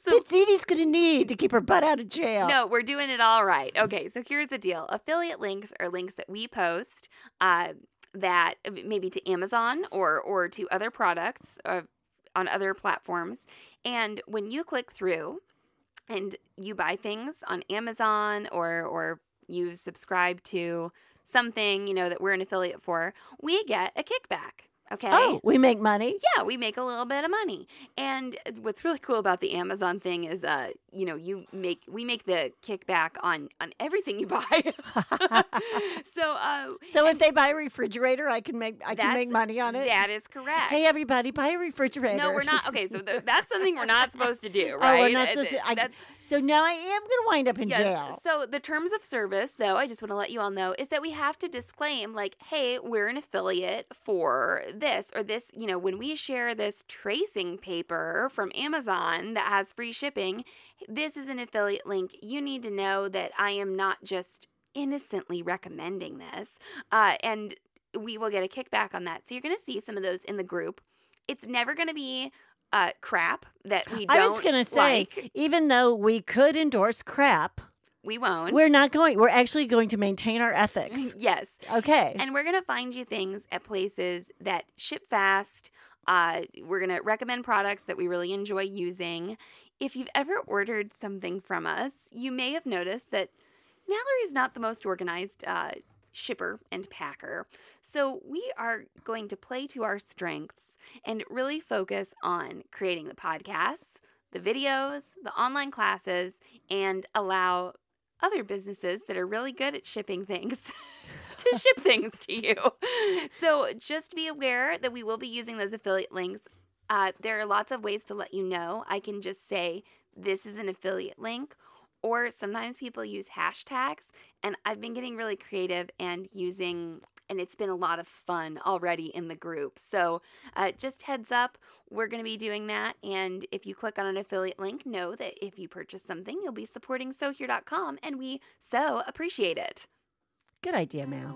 [SPEAKER 2] So-
[SPEAKER 3] that Zidi's going to need to keep her butt out of jail.
[SPEAKER 2] No, we're doing it all right. Okay, so here's the deal affiliate links are links that we post uh, that maybe to Amazon or, or to other products uh, on other platforms. And when you click through and you buy things on Amazon or, or you subscribe to something, you know, that we're an affiliate for, we get a kickback. Okay.
[SPEAKER 3] Oh, we make money.
[SPEAKER 2] yeah, we make a little bit of money. And what's really cool about the Amazon thing is, uh, you know, you make we make the kickback on on everything you buy. so, uh,
[SPEAKER 3] So if they buy a refrigerator, I can make I can
[SPEAKER 2] that's-
[SPEAKER 3] make money on it.
[SPEAKER 2] That is correct.
[SPEAKER 3] Hey, everybody, buy a refrigerator.
[SPEAKER 2] no, we're not. Okay, so th- that's something we're not supposed to do,
[SPEAKER 3] Oh,
[SPEAKER 2] right?
[SPEAKER 3] we're not supposed to, I,
[SPEAKER 2] That's-
[SPEAKER 3] so now I am going to wind up in
[SPEAKER 2] Yes.
[SPEAKER 3] jail.
[SPEAKER 2] So the terms of service, though, I just want to let you all know is that we have to disclaim, like, hey, we're an affiliate for this or this. You know, when we share this tracing paper from Amazon that has free shipping, this is an affiliate link. You need to know that I am not just innocently recommending this, uh, and we will get a kickback on that. So you're going to see some of those in the group. It's never going to be. Uh, crap that we don't
[SPEAKER 3] I was going to say,
[SPEAKER 2] like,
[SPEAKER 3] even though we could endorse crap,
[SPEAKER 2] we won't
[SPEAKER 3] we're not going. We're actually going to maintain our ethics.
[SPEAKER 2] yes
[SPEAKER 3] Okay.
[SPEAKER 2] And we're gonna find you things at places that ship fast. Uh, we're gonna recommend products that we really enjoy using. If you've ever ordered something from us, you may have noticed that Mallory's not the most organized uh, shipper and packer. So we are going to play to our strengths and really focus on creating the podcasts, the videos, the online classes, and allow other businesses that are really good at shipping things to ship things to you. So just be aware that we will be using those affiliate links. Uh, there are lots of ways to let you know. I can just say this is an affiliate link, or sometimes people use hashtags. And I've been getting really creative and using, and it's been a lot of fun already in the group. So uh, just heads up, we're going to be doing that. And if you click on an affiliate link, know that if you purchase something, you'll be supporting SoHere.com, and we so appreciate it.
[SPEAKER 3] Good idea, Mal.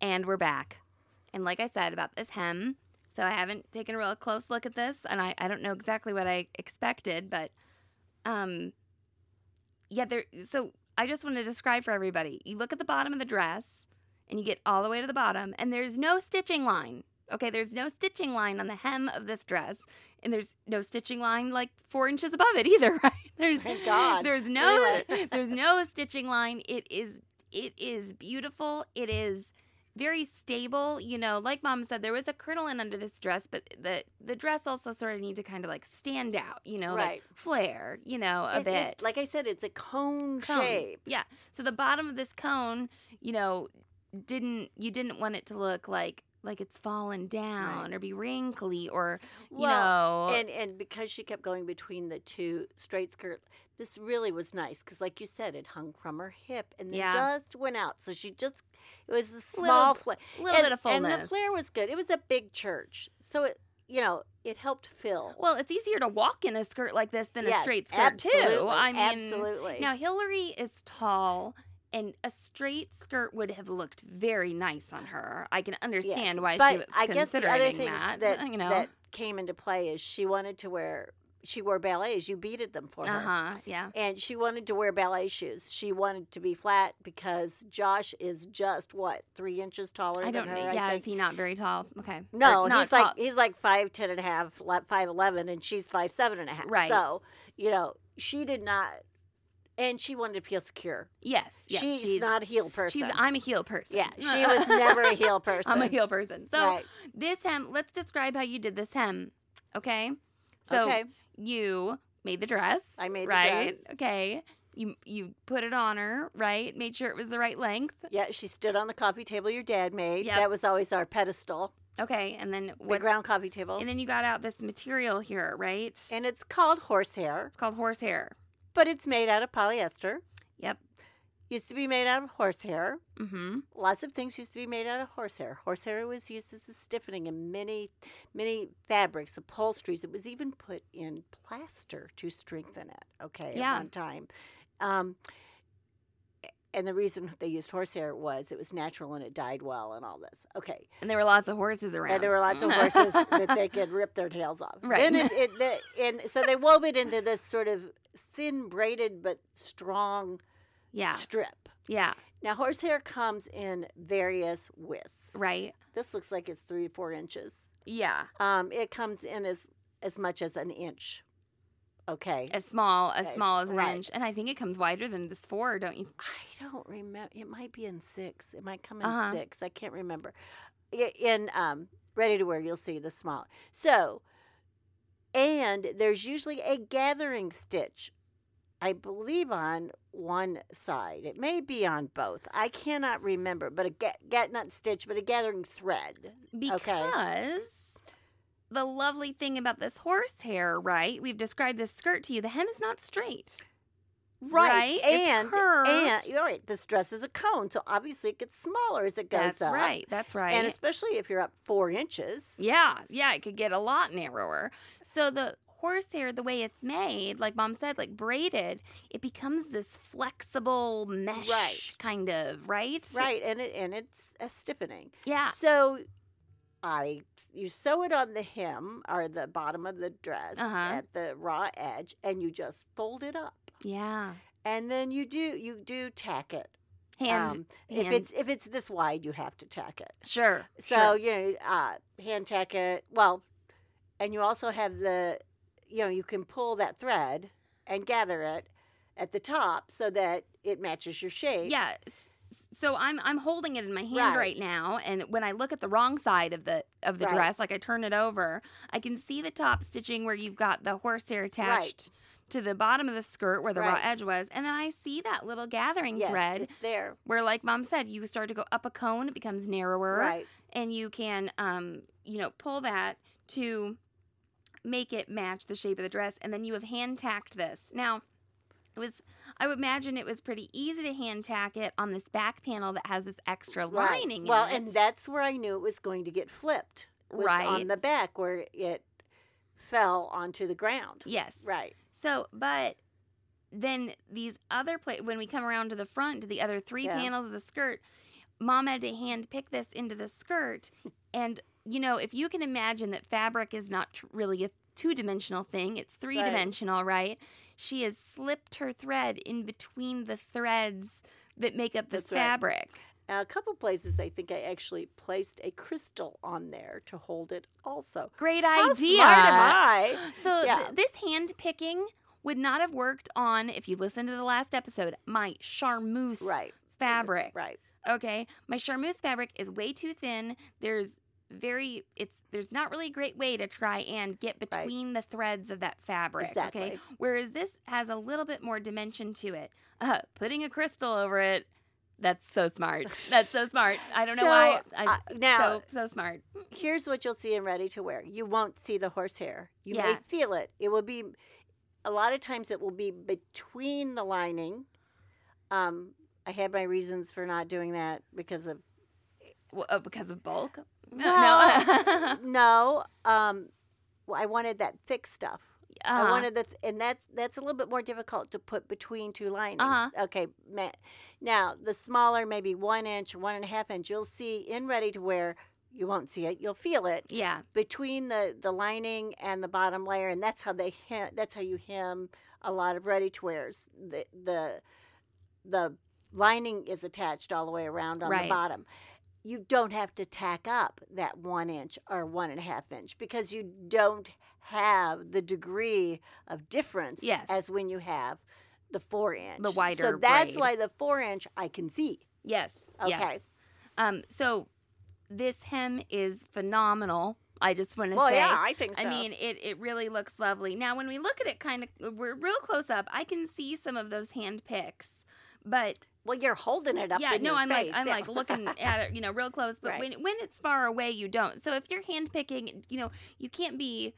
[SPEAKER 2] And we're back. And like I said about this hem, so I haven't taken a real close look at this, and I, I don't know exactly what I expected, but um, yeah, there. So I just want to describe for everybody. You look at the bottom of the dress, and you get all the way to the bottom, and there's no stitching line. Okay, there's no stitching line on the hem of this dress, and there's no stitching line like four inches above it either. Right? There's
[SPEAKER 3] Thank God.
[SPEAKER 2] there's no
[SPEAKER 3] Anyway.
[SPEAKER 2] there's no stitching line. It is it is beautiful. It is very stable. You know, like mom said, there was a crinoline under this dress, but the the dress also sort of need to kind of like stand out. You know,
[SPEAKER 3] Right.
[SPEAKER 2] like flare. You know, a
[SPEAKER 3] It-
[SPEAKER 2] bit
[SPEAKER 3] it- like I said, it's a cone,
[SPEAKER 2] cone.
[SPEAKER 3] shape.
[SPEAKER 2] Yeah. So the bottom of this cone, you know, didn't you didn't want it to look like like it's fallen down
[SPEAKER 3] Right.
[SPEAKER 2] or be wrinkly or you know
[SPEAKER 3] and and because she kept going between the two straight skirt, this really was nice because, like you said, it hung from her hip and then
[SPEAKER 2] Yeah.
[SPEAKER 3] just went out. So she just it was a small flare,
[SPEAKER 2] a little
[SPEAKER 3] and,
[SPEAKER 2] bit of
[SPEAKER 3] and
[SPEAKER 2] fullness.
[SPEAKER 3] the flare was good. It was a big church, so it you know it helped fill.
[SPEAKER 2] Well, it's easier to walk in a skirt like this than
[SPEAKER 3] Yes,
[SPEAKER 2] a straight skirt too.
[SPEAKER 3] absolutely,
[SPEAKER 2] I mean,
[SPEAKER 3] absolutely.
[SPEAKER 2] now Hillary is tall, and a straight skirt would have looked very nice on her. I can
[SPEAKER 3] Yes,
[SPEAKER 2] understand why
[SPEAKER 3] but
[SPEAKER 2] she was
[SPEAKER 3] I guess the
[SPEAKER 2] considering
[SPEAKER 3] other thing
[SPEAKER 2] that, You know,
[SPEAKER 3] that came into play is she wanted to wear she wore ballets. You beaded them for
[SPEAKER 2] uh
[SPEAKER 3] her.
[SPEAKER 2] huh, yeah.
[SPEAKER 3] And she wanted to wear ballet shoes. She wanted to be flat because Josh is just what three inches taller
[SPEAKER 2] I don't.
[SPEAKER 3] than her.
[SPEAKER 2] know.
[SPEAKER 3] I
[SPEAKER 2] yeah, is
[SPEAKER 3] think.
[SPEAKER 2] he not very tall? Okay. Or
[SPEAKER 3] no,
[SPEAKER 2] not
[SPEAKER 3] he's
[SPEAKER 2] tall.
[SPEAKER 3] like he's like five ten and a half, like five eleven, and she's five seven and a half.
[SPEAKER 2] Right.
[SPEAKER 3] So you know she did not, and she wanted to feel secure.
[SPEAKER 2] yes, yes,
[SPEAKER 3] she's, not a heel person.
[SPEAKER 2] She's. I'm a heel person.
[SPEAKER 3] yeah, she was never a heel person.
[SPEAKER 2] I'm a heel person. So
[SPEAKER 3] Right.
[SPEAKER 2] this hem. Let's describe how you did this hem. Okay. So
[SPEAKER 3] okay.
[SPEAKER 2] you made the dress.
[SPEAKER 3] I made the
[SPEAKER 2] right?
[SPEAKER 3] dress.
[SPEAKER 2] Okay. you you put it on her, right? Made sure it was the right length.
[SPEAKER 3] Yeah, she stood on the coffee table your dad made.
[SPEAKER 2] Yep.
[SPEAKER 3] That was always our pedestal,
[SPEAKER 2] Okay, and then
[SPEAKER 3] the
[SPEAKER 2] what?
[SPEAKER 3] ground coffee table.
[SPEAKER 2] And
[SPEAKER 3] And,
[SPEAKER 2] then you got out this material here, right?
[SPEAKER 3] it's called horsehair,
[SPEAKER 2] it's called horsehair.
[SPEAKER 3] but it's made out of polyester.
[SPEAKER 2] Yep.
[SPEAKER 3] Used to be made out of horsehair.
[SPEAKER 2] Mm-hmm.
[SPEAKER 3] Lots of things used to be made out of horsehair. Horsehair was used as a stiffening in many, many fabrics, upholsteries. It was even put in plaster to strengthen it, okay,
[SPEAKER 2] Yeah.
[SPEAKER 3] at one time. Um, and the reason they used horsehair was it was natural and it died well and all this. Okay.
[SPEAKER 2] And there were lots of horses around.
[SPEAKER 3] And there were lots of horses that they could rip their tails off.
[SPEAKER 2] Right.
[SPEAKER 3] Then it, it, the, and so they wove it into this sort of thin braided but strong
[SPEAKER 2] yeah,
[SPEAKER 3] strip.
[SPEAKER 2] yeah,
[SPEAKER 3] Now horsehair comes in various widths.
[SPEAKER 2] right,
[SPEAKER 3] This looks like it's three to four inches.
[SPEAKER 2] yeah.
[SPEAKER 3] Um, it comes in as as much as an inch. Okay.
[SPEAKER 2] As small, as
[SPEAKER 3] Yes,
[SPEAKER 2] small as an
[SPEAKER 3] right.
[SPEAKER 2] inch, and I think it comes wider than this four, don't you?
[SPEAKER 3] I don't remember. It might be in six. It might come in
[SPEAKER 2] Uh-huh.
[SPEAKER 3] six. I can't remember. I- In um, ready to wear, you'll see the small. So, and there's usually a gathering stitch, I believe, on one side. It may be on both. I cannot remember, but a ga- ga- not stitch, but a gathering thread.
[SPEAKER 2] Because the lovely thing about this horsehair, right? We've described this skirt to you. The hem is not straight. Right, it's
[SPEAKER 3] And and
[SPEAKER 2] curved.
[SPEAKER 3] all right, this dress is a cone, so obviously it gets smaller as it goes
[SPEAKER 2] That's
[SPEAKER 3] up.
[SPEAKER 2] right. That's right.
[SPEAKER 3] And especially if you're up four inches.
[SPEAKER 2] Yeah, yeah, it could get a lot narrower. So the horsehair, the way it's made, like mom said, like braided, it becomes this flexible mesh
[SPEAKER 3] Right.
[SPEAKER 2] kind of, right?
[SPEAKER 3] Right, and it and it's a stiffening.
[SPEAKER 2] Yeah.
[SPEAKER 3] So I you sew it on the hem or the bottom of the dress
[SPEAKER 2] Uh-huh.
[SPEAKER 3] at the raw edge and you just fold it up.
[SPEAKER 2] Yeah.
[SPEAKER 3] And then you do you do tack it.
[SPEAKER 2] Hand.
[SPEAKER 3] Um, if
[SPEAKER 2] hand-
[SPEAKER 3] it's if it's this wide you have to tack it.
[SPEAKER 2] sure. sure.
[SPEAKER 3] So you know, uh, hand tack it. Well, and you also have the, you know, you can pull that thread and gather it at the top so that it matches your shape.
[SPEAKER 2] Yeah. s- So I'm I'm holding it in my hand
[SPEAKER 3] Right.
[SPEAKER 2] right. now, and when I look at the wrong side of the of the
[SPEAKER 3] Right.
[SPEAKER 2] dress, like I turn it over, I can see the top stitching where you've got the horsehair attached to the bottom of the skirt where the
[SPEAKER 3] Right.
[SPEAKER 2] raw edge was, and then I see that little gathering
[SPEAKER 3] Yes,
[SPEAKER 2] thread
[SPEAKER 3] it's there.
[SPEAKER 2] where like mom said you start to go up a cone it becomes narrower
[SPEAKER 3] Right.
[SPEAKER 2] and you can um you know pull that to make it match the shape of the dress and then you have hand tacked this now it was i would imagine it was pretty easy to hand tack it on this back panel that has this extra
[SPEAKER 3] Right.
[SPEAKER 2] lining
[SPEAKER 3] Well,
[SPEAKER 2] in it.
[SPEAKER 3] and that's where I knew it was going to get flipped. Was
[SPEAKER 2] Right.
[SPEAKER 3] on the back where it fell onto the ground.
[SPEAKER 2] yes
[SPEAKER 3] Right.
[SPEAKER 2] So, but then these other pla when we come around to the front to the other three
[SPEAKER 3] Yeah.
[SPEAKER 2] panels of the skirt, mom had to hand pick this into the skirt. And, you know, if you can imagine that fabric is not tr- really a two dimensional thing, it's three dimensional, right? She has slipped her thread in between the threads that make up this
[SPEAKER 3] That's right.
[SPEAKER 2] fabric.
[SPEAKER 3] A couple places I think I actually placed a crystal on there to hold it also.
[SPEAKER 2] Great
[SPEAKER 3] How
[SPEAKER 2] idea.
[SPEAKER 3] smart am I?
[SPEAKER 2] So
[SPEAKER 3] Yeah.
[SPEAKER 2] th- this hand picking would not have worked on if you listened to the last episode. My charmeuse
[SPEAKER 3] Right.
[SPEAKER 2] fabric.
[SPEAKER 3] Right.
[SPEAKER 2] Okay, my charmeuse fabric is way too thin. There's very it's there's not really a great way to try and get between the threads of that fabric. Okay,
[SPEAKER 3] Exactly.
[SPEAKER 2] whereas this has a little bit more dimension to it. Uh, putting a crystal over it. That's so smart. That's so smart. I don't know why.
[SPEAKER 3] So,
[SPEAKER 2] I,
[SPEAKER 3] uh, now-
[SPEAKER 2] so so smart.
[SPEAKER 3] here's what you'll see in ready to wear. You won't see the horsehair. You may
[SPEAKER 2] Yeah.
[SPEAKER 3] feel it. It will be a lot of times it will be between the lining. Um, I had my reasons for not doing that because of
[SPEAKER 2] Well, uh, because of bulk. No. Uh.
[SPEAKER 3] Well, no. Um, well, I wanted that thick stuff. I
[SPEAKER 2] Uh-huh.
[SPEAKER 3] wanted that, and that's that's a little bit more difficult to put between two linings.
[SPEAKER 2] Uh-huh.
[SPEAKER 3] Okay, ma- now the smaller, maybe one inch, one and a half inch. You'll see in ready to wear. You won't see it. You'll feel it.
[SPEAKER 2] yeah.
[SPEAKER 3] between the the lining and the bottom layer, and that's how they hem, that's how you hem a lot of ready to wears. The the the lining is attached all the way around on
[SPEAKER 2] Right.
[SPEAKER 3] the bottom. You don't have to tack up that one inch or one and a half inch because you don't have the degree of difference
[SPEAKER 2] Yes.
[SPEAKER 3] as when you have the four inch. So
[SPEAKER 2] wider
[SPEAKER 3] that's
[SPEAKER 2] braid.
[SPEAKER 3] why the four inch I can see.
[SPEAKER 2] Yes.
[SPEAKER 3] Okay.
[SPEAKER 2] Yes. Um, so this hem is phenomenal. I just want to
[SPEAKER 3] Well,
[SPEAKER 2] say.
[SPEAKER 3] yeah, I think so.
[SPEAKER 2] I mean, it, it really looks lovely. Now, when we look at it kind of, we're real close up, I can see some of those hand picks. But
[SPEAKER 3] well, you're holding it up.
[SPEAKER 2] yeah,
[SPEAKER 3] in
[SPEAKER 2] no,
[SPEAKER 3] your
[SPEAKER 2] I'm
[SPEAKER 3] face,
[SPEAKER 2] like I'm
[SPEAKER 3] yeah.
[SPEAKER 2] like looking at it, you know, real close. But
[SPEAKER 3] Right.
[SPEAKER 2] when when it's far away, you don't. So if you're hand picking, you know, you can't be,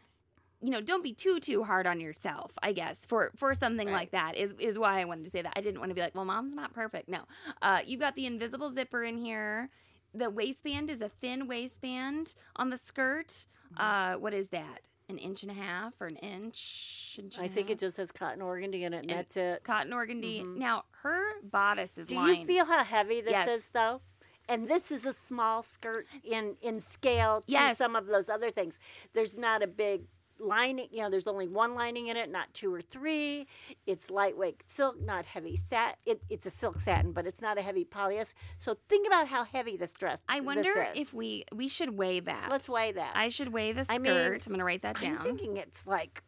[SPEAKER 2] you know, don't be too too hard on yourself. I guess for for something like that is is why I wanted to say that. I didn't want to be like, well, mom's not perfect. No, uh, you've got the invisible zipper in here. The waistband is a thin waistband on the skirt.
[SPEAKER 3] Mm-hmm.
[SPEAKER 2] Uh, what is that? An inch and a half or an inch? inch and
[SPEAKER 3] I
[SPEAKER 2] a
[SPEAKER 3] think it
[SPEAKER 2] half?
[SPEAKER 3] just says cotton organdy in it, and,
[SPEAKER 2] Uh-huh. And-
[SPEAKER 3] that's it.
[SPEAKER 2] cotton organdy.
[SPEAKER 3] Mhm.
[SPEAKER 2] Now her bodice is
[SPEAKER 3] Do you
[SPEAKER 2] lined.
[SPEAKER 3] feel how heavy this
[SPEAKER 2] Yes.
[SPEAKER 3] is, though? And this is a small skirt in in scale to
[SPEAKER 2] Yes.
[SPEAKER 3] some of those other things. There's not a big lining, you know. There's only one lining in it, not two or three. It's lightweight silk, not heavy sat. It, it's a silk satin, but it's not a heavy polyester. So think about how heavy this dress.
[SPEAKER 2] I
[SPEAKER 3] this
[SPEAKER 2] wonder
[SPEAKER 3] is.
[SPEAKER 2] if we we should weigh that.
[SPEAKER 3] let's weigh that.
[SPEAKER 2] I should weigh the skirt.
[SPEAKER 3] I
[SPEAKER 2] I
[SPEAKER 3] mean,
[SPEAKER 2] am gonna write that
[SPEAKER 3] I'm
[SPEAKER 2] down.
[SPEAKER 3] thinking it's like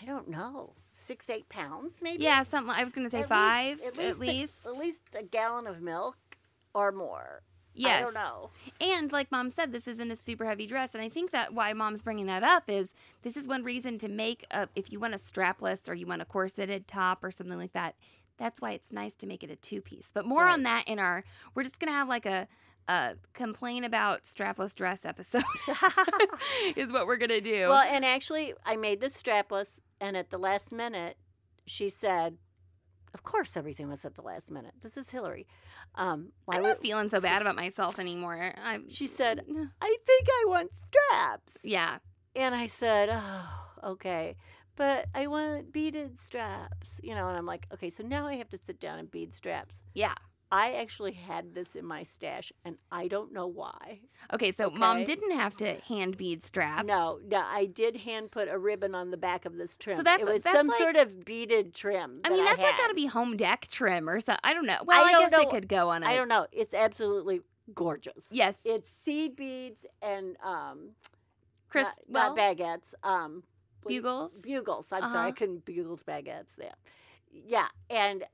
[SPEAKER 3] I don't know, six eight pounds maybe.
[SPEAKER 2] yeah, something. I was gonna say
[SPEAKER 3] At least-
[SPEAKER 2] five at least.
[SPEAKER 3] a- at least a gallon of milk or more.
[SPEAKER 2] yes.
[SPEAKER 3] I don't know.
[SPEAKER 2] And like mom said, this isn't a super heavy dress, and I think that why mom's bringing that up is this is one reason to make a if you want a strapless or you want a corseted top or something like that. That's why it's nice to make it a two piece. But more on that in our. We're just gonna have like a. Uh, complain about strapless dress episode is what we're gonna do.
[SPEAKER 3] Well, and actually, I made this strapless, and at the last minute, she said, "Of course, everything was at the last minute." This is Hillary. Um, why
[SPEAKER 2] I'm
[SPEAKER 3] would
[SPEAKER 2] not feeling so bad about myself anymore. I,
[SPEAKER 3] She said, I think I want straps.
[SPEAKER 2] "Yeah,
[SPEAKER 3] And I said, "Oh, okay." But I want beaded straps, you know, and I'm like, okay, so now I have to sit down and bead straps.
[SPEAKER 2] yeah."
[SPEAKER 3] I actually had this in my stash, and I don't know why.
[SPEAKER 2] Okay, so mom
[SPEAKER 3] Okay.
[SPEAKER 2] didn't have to hand bead straps.
[SPEAKER 3] No, no, I did hand put a ribbon on the back of this trim.
[SPEAKER 2] that's-
[SPEAKER 3] it was
[SPEAKER 2] that's
[SPEAKER 3] some
[SPEAKER 2] like-
[SPEAKER 3] sort of beaded trim.
[SPEAKER 2] I mean
[SPEAKER 3] that
[SPEAKER 2] that's like
[SPEAKER 3] had.
[SPEAKER 2] got to be home deck trim or something. I don't know. Well,
[SPEAKER 3] I
[SPEAKER 2] I,
[SPEAKER 3] don't
[SPEAKER 2] guess
[SPEAKER 3] know.
[SPEAKER 2] it could go on. a
[SPEAKER 3] I don't know. It's absolutely gorgeous.
[SPEAKER 2] Yes,
[SPEAKER 3] It's seed beads and um,
[SPEAKER 2] Chris.
[SPEAKER 3] not,
[SPEAKER 2] well,
[SPEAKER 3] not baguettes. Um, what-
[SPEAKER 2] bugles.
[SPEAKER 3] Bugles. I'm sorry, I
[SPEAKER 2] Uh-huh.
[SPEAKER 3] couldn't bugles baguettes. Yeah, yeah. And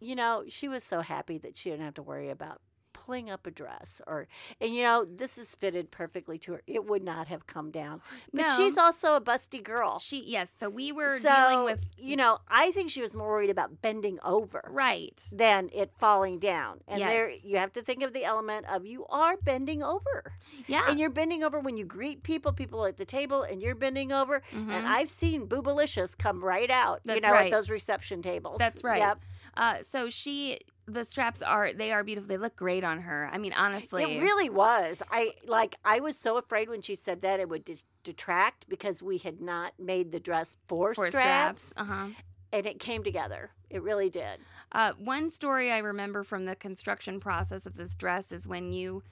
[SPEAKER 3] you know, she was so happy that she didn't have to worry about pulling up a dress or. And you know, this is fitted perfectly to her. It would not have come down. But
[SPEAKER 2] No.
[SPEAKER 3] she's also a busty girl.
[SPEAKER 2] she yes. So we were
[SPEAKER 3] so,
[SPEAKER 2] dealing with
[SPEAKER 3] you know, I think she was more worried about bending over
[SPEAKER 2] right.
[SPEAKER 3] than it falling down. And
[SPEAKER 2] Yes.
[SPEAKER 3] there you have to think of the element of you are bending over.
[SPEAKER 2] Yeah.
[SPEAKER 3] And you're bending over when you greet people, people at the table, and you're bending over.
[SPEAKER 2] Mhm.
[SPEAKER 3] And I've seen boobalicious come right out, you
[SPEAKER 2] That's
[SPEAKER 3] know, at
[SPEAKER 2] right.
[SPEAKER 3] those reception tables.
[SPEAKER 2] That's right.
[SPEAKER 3] Yep.
[SPEAKER 2] uh, so she the straps are they are beautiful. They look great on her. I mean, honestly,
[SPEAKER 3] It really was. I like I was so afraid when she said that it would de- detract because we had not made the dress for,
[SPEAKER 2] for
[SPEAKER 3] straps,
[SPEAKER 2] straps. Uh-huh.
[SPEAKER 3] and it came together. It really did.
[SPEAKER 2] Uh, one story I remember from the construction process of this dress is when you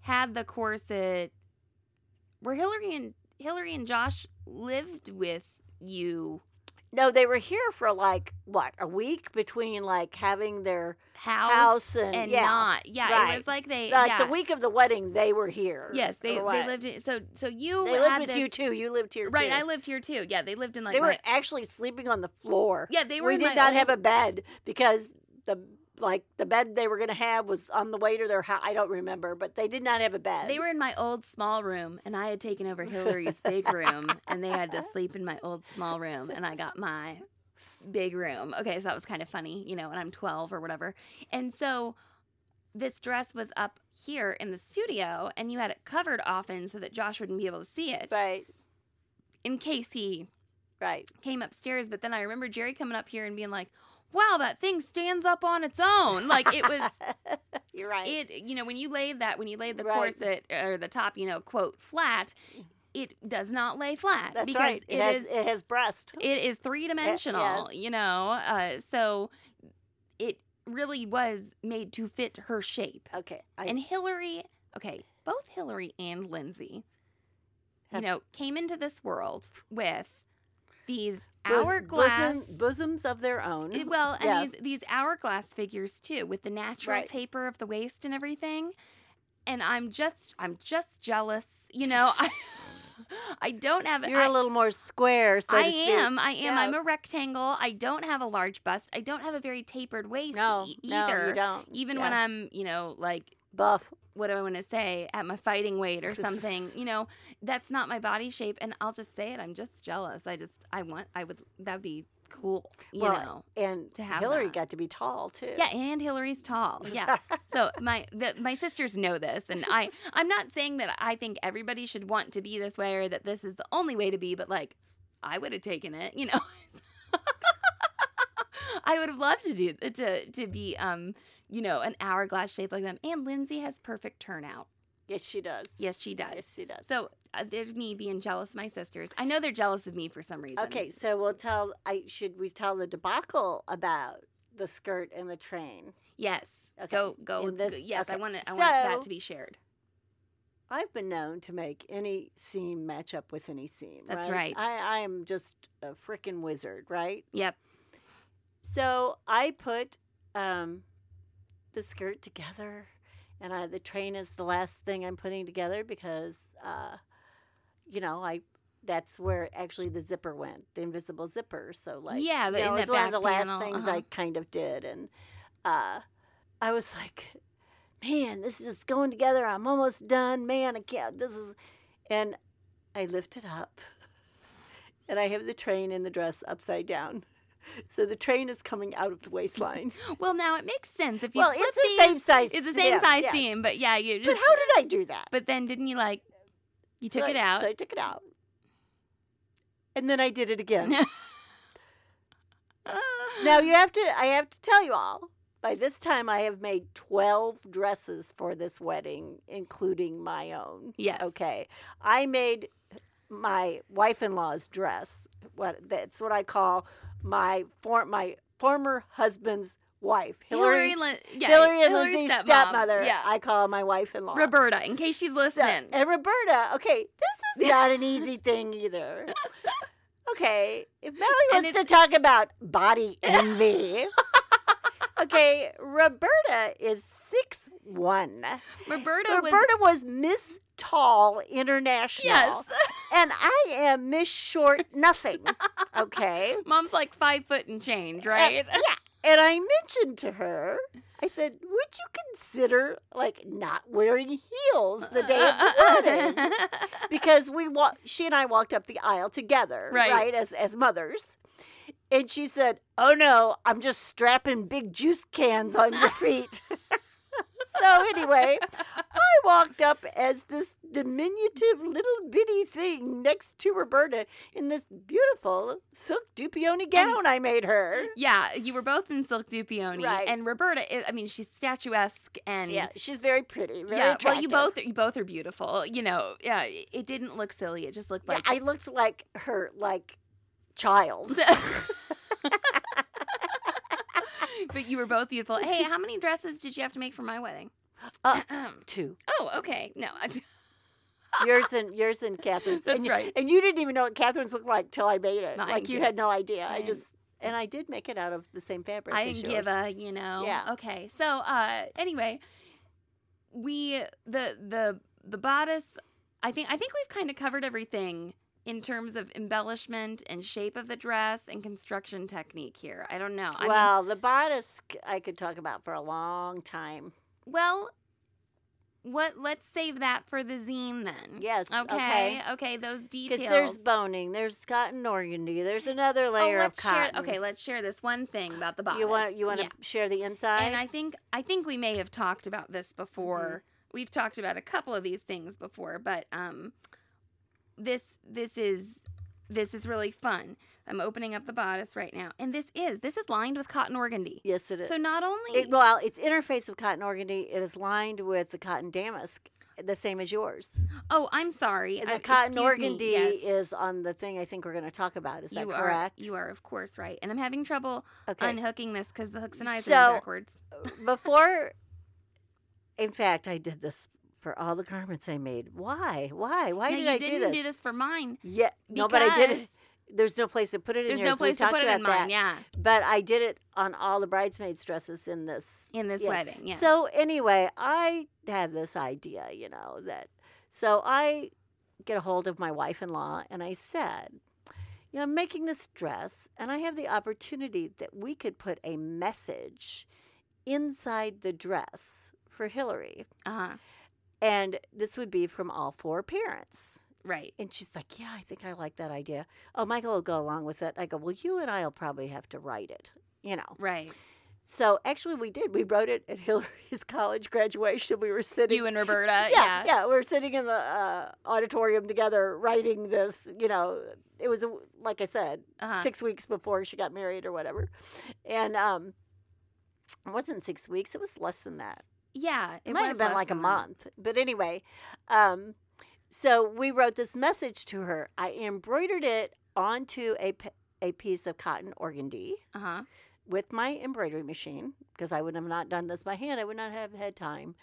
[SPEAKER 2] had the corset. Where Hillary and Hillary and Josh lived with you
[SPEAKER 3] No, they were here for like what a week between like having their
[SPEAKER 2] house,
[SPEAKER 3] House and-
[SPEAKER 2] and,
[SPEAKER 3] yeah,
[SPEAKER 2] not yeah
[SPEAKER 3] right.
[SPEAKER 2] it was like they
[SPEAKER 3] like
[SPEAKER 2] Eh, yeah.
[SPEAKER 3] the week of the wedding they were here.
[SPEAKER 2] yes they,
[SPEAKER 3] or what.
[SPEAKER 2] they lived in, so so you
[SPEAKER 3] They lived
[SPEAKER 2] had
[SPEAKER 3] with
[SPEAKER 2] this-
[SPEAKER 3] you too. You lived here
[SPEAKER 2] right
[SPEAKER 3] too.
[SPEAKER 2] I lived here too yeah they lived in like
[SPEAKER 3] they were
[SPEAKER 2] my-
[SPEAKER 3] actually sleeping on the floor.
[SPEAKER 2] yeah they were
[SPEAKER 3] we
[SPEAKER 2] in
[SPEAKER 3] did
[SPEAKER 2] my
[SPEAKER 3] not
[SPEAKER 2] old-
[SPEAKER 3] have a bed because the like the bed they were going to have was on the way to their house. I don't remember, but they did not have a bed.
[SPEAKER 2] They were in my old small room, and I had taken over Hillary's big room, and they had to sleep in my old small room, and I got my big room. Okay, so that was kind of funny, you know, and I'm 12 or whatever. And so this dress was up here in the studio, and you had it covered often so that Josh wouldn't be able to see it
[SPEAKER 3] right,
[SPEAKER 2] in case he
[SPEAKER 3] right.
[SPEAKER 2] came upstairs. But then I remember Jerry coming up here and being like, wow, that thing stands up on its own. Like it was.
[SPEAKER 3] You're right.
[SPEAKER 2] it you know when you lay that when you lay the
[SPEAKER 3] Right.
[SPEAKER 2] corset or the top you know quote flat it does not lay flat
[SPEAKER 3] That's
[SPEAKER 2] because
[SPEAKER 3] right. It,
[SPEAKER 2] it
[SPEAKER 3] has
[SPEAKER 2] is
[SPEAKER 3] it has breast.
[SPEAKER 2] it is three dimensional
[SPEAKER 3] yes.
[SPEAKER 2] you know uh, so it really was made to fit her shape
[SPEAKER 3] okay, I
[SPEAKER 2] and hillary okay both hillary and lindsay you
[SPEAKER 3] Have-
[SPEAKER 2] know came into this world with these
[SPEAKER 3] bos-
[SPEAKER 2] hourglass
[SPEAKER 3] bosom- bosoms of their own.
[SPEAKER 2] it- Well, and
[SPEAKER 3] Mm-hmm. Yeah.
[SPEAKER 2] these these hourglass figures too, with the natural
[SPEAKER 3] Right.
[SPEAKER 2] taper of the waist and everything. And I'm just I'm just jealous, you know. I I don't have
[SPEAKER 3] You're
[SPEAKER 2] I,
[SPEAKER 3] a little more square, so
[SPEAKER 2] I
[SPEAKER 3] to speak.
[SPEAKER 2] am. I am.
[SPEAKER 3] Yeah.
[SPEAKER 2] I'm a rectangle. I don't have a large bust. I don't have a very tapered waist
[SPEAKER 3] No,
[SPEAKER 2] e-
[SPEAKER 3] no,
[SPEAKER 2] either.
[SPEAKER 3] you don't.
[SPEAKER 2] Even
[SPEAKER 3] Yeah.
[SPEAKER 2] when I'm, you know, like
[SPEAKER 3] buff.
[SPEAKER 2] what do I want to say at my fighting weight or something. you know, that's not my body shape, and I'll just say it. I'm just jealous. I just I want I would that'd be cool. You
[SPEAKER 3] Well,
[SPEAKER 2] know.
[SPEAKER 3] and
[SPEAKER 2] to have
[SPEAKER 3] Hillary
[SPEAKER 2] that.
[SPEAKER 3] got to be tall too.
[SPEAKER 2] Yeah, and Hillary's tall. Yeah. so my the, my sisters know this, and I I'm not saying that I think everybody should want to be this way or that this is the only way to be, but like I would have taken it, you know. I would have loved to do to to be um you know an hourglass shape like them. And Lindsay has perfect turnout.
[SPEAKER 3] Yes, she does.
[SPEAKER 2] Yes, she does.
[SPEAKER 3] Yes, she does.
[SPEAKER 2] So uh, there's me being jealous of my sisters. I know they're jealous of me for some reason.
[SPEAKER 3] okay, so we'll tell. I should we tell the debacle about the skirt and the train?
[SPEAKER 2] Yes.
[SPEAKER 3] Okay.
[SPEAKER 2] Go go.
[SPEAKER 3] In this-
[SPEAKER 2] yes, I
[SPEAKER 3] okay.
[SPEAKER 2] want to. I want that
[SPEAKER 3] So-
[SPEAKER 2] to be shared.
[SPEAKER 3] I've been known to make any seam match up with any seam.
[SPEAKER 2] That's right.
[SPEAKER 3] I, I am just a freaking wizard, right?
[SPEAKER 2] Yep.
[SPEAKER 3] So I put um, the skirt together, and I, the train is the last thing I'm putting together because, uh, you know, I that's where actually the zipper went, the invisible zipper. So like,
[SPEAKER 2] Yeah,
[SPEAKER 3] you
[SPEAKER 2] the- in
[SPEAKER 3] know, it was
[SPEAKER 2] that
[SPEAKER 3] one of
[SPEAKER 2] back
[SPEAKER 3] the last
[SPEAKER 2] panel,
[SPEAKER 3] things
[SPEAKER 2] uh-huh.
[SPEAKER 3] I kind of did, and uh, I was like, man, this is just going together. I'm almost done. Man, I can't. This is, and I lift it up, and I have the train and the dress upside down. So the train is coming out of the waistline.
[SPEAKER 2] Well, now it makes sense if you.
[SPEAKER 3] well,
[SPEAKER 2] flip
[SPEAKER 3] it's the
[SPEAKER 2] these-
[SPEAKER 3] same size.
[SPEAKER 2] It's the same
[SPEAKER 3] yeah,
[SPEAKER 2] size
[SPEAKER 3] yes.
[SPEAKER 2] seam, but yeah, you. Just,
[SPEAKER 3] But how did I do that?
[SPEAKER 2] But then didn't you like? You
[SPEAKER 3] So
[SPEAKER 2] took
[SPEAKER 3] I-
[SPEAKER 2] it out.
[SPEAKER 3] So I took it out, and then I did it again.
[SPEAKER 2] Ah.
[SPEAKER 3] now you have to. I have to tell you all. By this time, I have made twelve dresses for this wedding, including my own.
[SPEAKER 2] Yes.
[SPEAKER 3] Okay. I made my wife-in-law's dress. What that's what I call my for, my former husband's wife,
[SPEAKER 2] Hillary
[SPEAKER 3] Hillary's-
[SPEAKER 2] Lin- yeah,
[SPEAKER 3] Hillary and
[SPEAKER 2] Hillary's
[SPEAKER 3] Lindsay's
[SPEAKER 2] stepmom,
[SPEAKER 3] stepmother.
[SPEAKER 2] yeah.
[SPEAKER 3] I call my wife-in-law.
[SPEAKER 2] Roberta, in case she's
[SPEAKER 3] So-
[SPEAKER 2] listening.
[SPEAKER 3] and Roberta, okay, this is not an easy thing either. Okay, if Mallory
[SPEAKER 2] And
[SPEAKER 3] wants to talk about body envy, okay, Roberta is six one.
[SPEAKER 2] Roberta, was.
[SPEAKER 3] Roberta was Miss Tall International,
[SPEAKER 2] Yes.
[SPEAKER 3] and I am Miss Short Nothing. Okay,
[SPEAKER 2] Mom's like five foot and change, right?
[SPEAKER 3] and, yeah. And I mentioned to her, I said, "Would you consider like not wearing heels the day of the wedding?" because we wa- she and I walked up the aisle together,
[SPEAKER 2] Right.
[SPEAKER 3] right. as as mothers. And she said, "Oh no, I'm just strapping big juice cans on your feet." so anyway, I walked up as this diminutive little bitty thing next to Roberta in this beautiful silk dupioni gown I made her.
[SPEAKER 2] yeah, you were both in silk dupioni,
[SPEAKER 3] Right.
[SPEAKER 2] and Roberta. Is, I mean, she's statuesque and.
[SPEAKER 3] Yeah, she's very pretty. Very
[SPEAKER 2] yeah, well, you
[SPEAKER 3] attractive.
[SPEAKER 2] both you both are beautiful. You know, yeah, it didn't look silly. It just looked
[SPEAKER 3] Yeah,
[SPEAKER 2] like
[SPEAKER 3] I looked like her, like child.
[SPEAKER 2] but you were both beautiful. Hey, how many dresses did you have to make for my wedding?
[SPEAKER 3] Uh, Two.
[SPEAKER 2] oh, okay. No, I-
[SPEAKER 3] yours and yours and Catherine's.
[SPEAKER 2] That's
[SPEAKER 3] and, you-
[SPEAKER 2] right.
[SPEAKER 3] And you didn't even know what Catherine's looked like till I made it.
[SPEAKER 2] No, I
[SPEAKER 3] like
[SPEAKER 2] didn't
[SPEAKER 3] you
[SPEAKER 2] get-
[SPEAKER 3] had no idea.
[SPEAKER 2] I
[SPEAKER 3] I,
[SPEAKER 2] didn't-
[SPEAKER 3] just and I did make it out of the same fabric.
[SPEAKER 2] I
[SPEAKER 3] as
[SPEAKER 2] didn't give
[SPEAKER 3] yours.
[SPEAKER 2] a, you know.
[SPEAKER 3] Yeah.
[SPEAKER 2] Okay. So, uh, anyway, we the the the bodice. I think I think we've kind of covered everything in terms of embellishment and shape of the dress and construction technique here. I don't know. I mean,
[SPEAKER 3] Well, the bodice c- I could talk about for a long time.
[SPEAKER 2] well, what? Let's save that for the zine then.
[SPEAKER 3] Yes,
[SPEAKER 2] Okay.
[SPEAKER 3] okay.
[SPEAKER 2] Okay. those details.
[SPEAKER 3] Because there's boning, there's cotton organdy, there's another layer
[SPEAKER 2] oh,
[SPEAKER 3] of
[SPEAKER 2] let's share.
[SPEAKER 3] cotton.
[SPEAKER 2] Okay, let's share this one thing about the bodice.
[SPEAKER 3] you want you want
[SPEAKER 2] Yeah.
[SPEAKER 3] to share the inside?
[SPEAKER 2] And I think I think we may have talked about this
[SPEAKER 3] Mm-hmm.
[SPEAKER 2] before. We've talked about a couple of these things before, but um, this this is this is really fun. I'm opening up the bodice right now, and this is this is lined with cotton organdy.
[SPEAKER 3] yes, it is.
[SPEAKER 2] So not only
[SPEAKER 3] It- well, its interface with cotton organdy it is lined with the cotton damask, the same as yours.
[SPEAKER 2] oh, I'm sorry,
[SPEAKER 3] And
[SPEAKER 2] I-
[SPEAKER 3] the cotton
[SPEAKER 2] excuse me,
[SPEAKER 3] organdy
[SPEAKER 2] yes.
[SPEAKER 3] is on the thing I think we're going to talk about. Is
[SPEAKER 2] you
[SPEAKER 3] that correct?
[SPEAKER 2] are you are of course right, and I'm having trouble
[SPEAKER 3] Okay.
[SPEAKER 2] unhooking this because the hooks and eyes are
[SPEAKER 3] So-
[SPEAKER 2] in backwards.
[SPEAKER 3] Before, in fact, I did this for all the garments I made. Why? Why? Why
[SPEAKER 2] Now,
[SPEAKER 3] did
[SPEAKER 2] you
[SPEAKER 3] I
[SPEAKER 2] didn't
[SPEAKER 3] do this?
[SPEAKER 2] for mine.
[SPEAKER 3] Yeah, no, but I did it.
[SPEAKER 2] because
[SPEAKER 3] There's no place to put it in
[SPEAKER 2] There's
[SPEAKER 3] here,
[SPEAKER 2] no
[SPEAKER 3] so we
[SPEAKER 2] place to
[SPEAKER 3] talked
[SPEAKER 2] put it
[SPEAKER 3] about
[SPEAKER 2] in mine.
[SPEAKER 3] that.
[SPEAKER 2] Yeah,
[SPEAKER 3] But I did it on all the bridesmaids' dresses in this
[SPEAKER 2] in this
[SPEAKER 3] Yes.
[SPEAKER 2] wedding. Yeah.
[SPEAKER 3] So anyway, I have this idea, you know, that so I get a hold of my wife-in-law and I said, you know, I'm making this dress and I have the opportunity that we could put a message inside the dress for Hillary.
[SPEAKER 2] uh-huh.
[SPEAKER 3] And this would be from all four parents.
[SPEAKER 2] Right.
[SPEAKER 3] And she's like, Yeah, I think I like that idea. Oh, Michael will go along with it. I go, Well, you and I will probably have to write it, you know.
[SPEAKER 2] Right.
[SPEAKER 3] So actually, we did. We wrote it at Hillary's college graduation. We were sitting.
[SPEAKER 2] You and uh, Roberta.
[SPEAKER 3] yeah, yeah, we were sitting in the uh, auditorium together writing this. You know, it was a, like I said,
[SPEAKER 2] Uh-huh.
[SPEAKER 3] six weeks before she got married or whatever, and um, it wasn't six weeks. It was less than that.
[SPEAKER 2] Yeah.
[SPEAKER 3] It, might
[SPEAKER 2] was
[SPEAKER 3] have been
[SPEAKER 2] less
[SPEAKER 3] like a
[SPEAKER 2] than that.
[SPEAKER 3] month. But anyway, um, so we wrote this message to her. I embroidered it onto a p- a piece of cotton organdy
[SPEAKER 2] Uh huh.
[SPEAKER 3] with my embroidery machine because I would have not done this by hand. I would not have had time.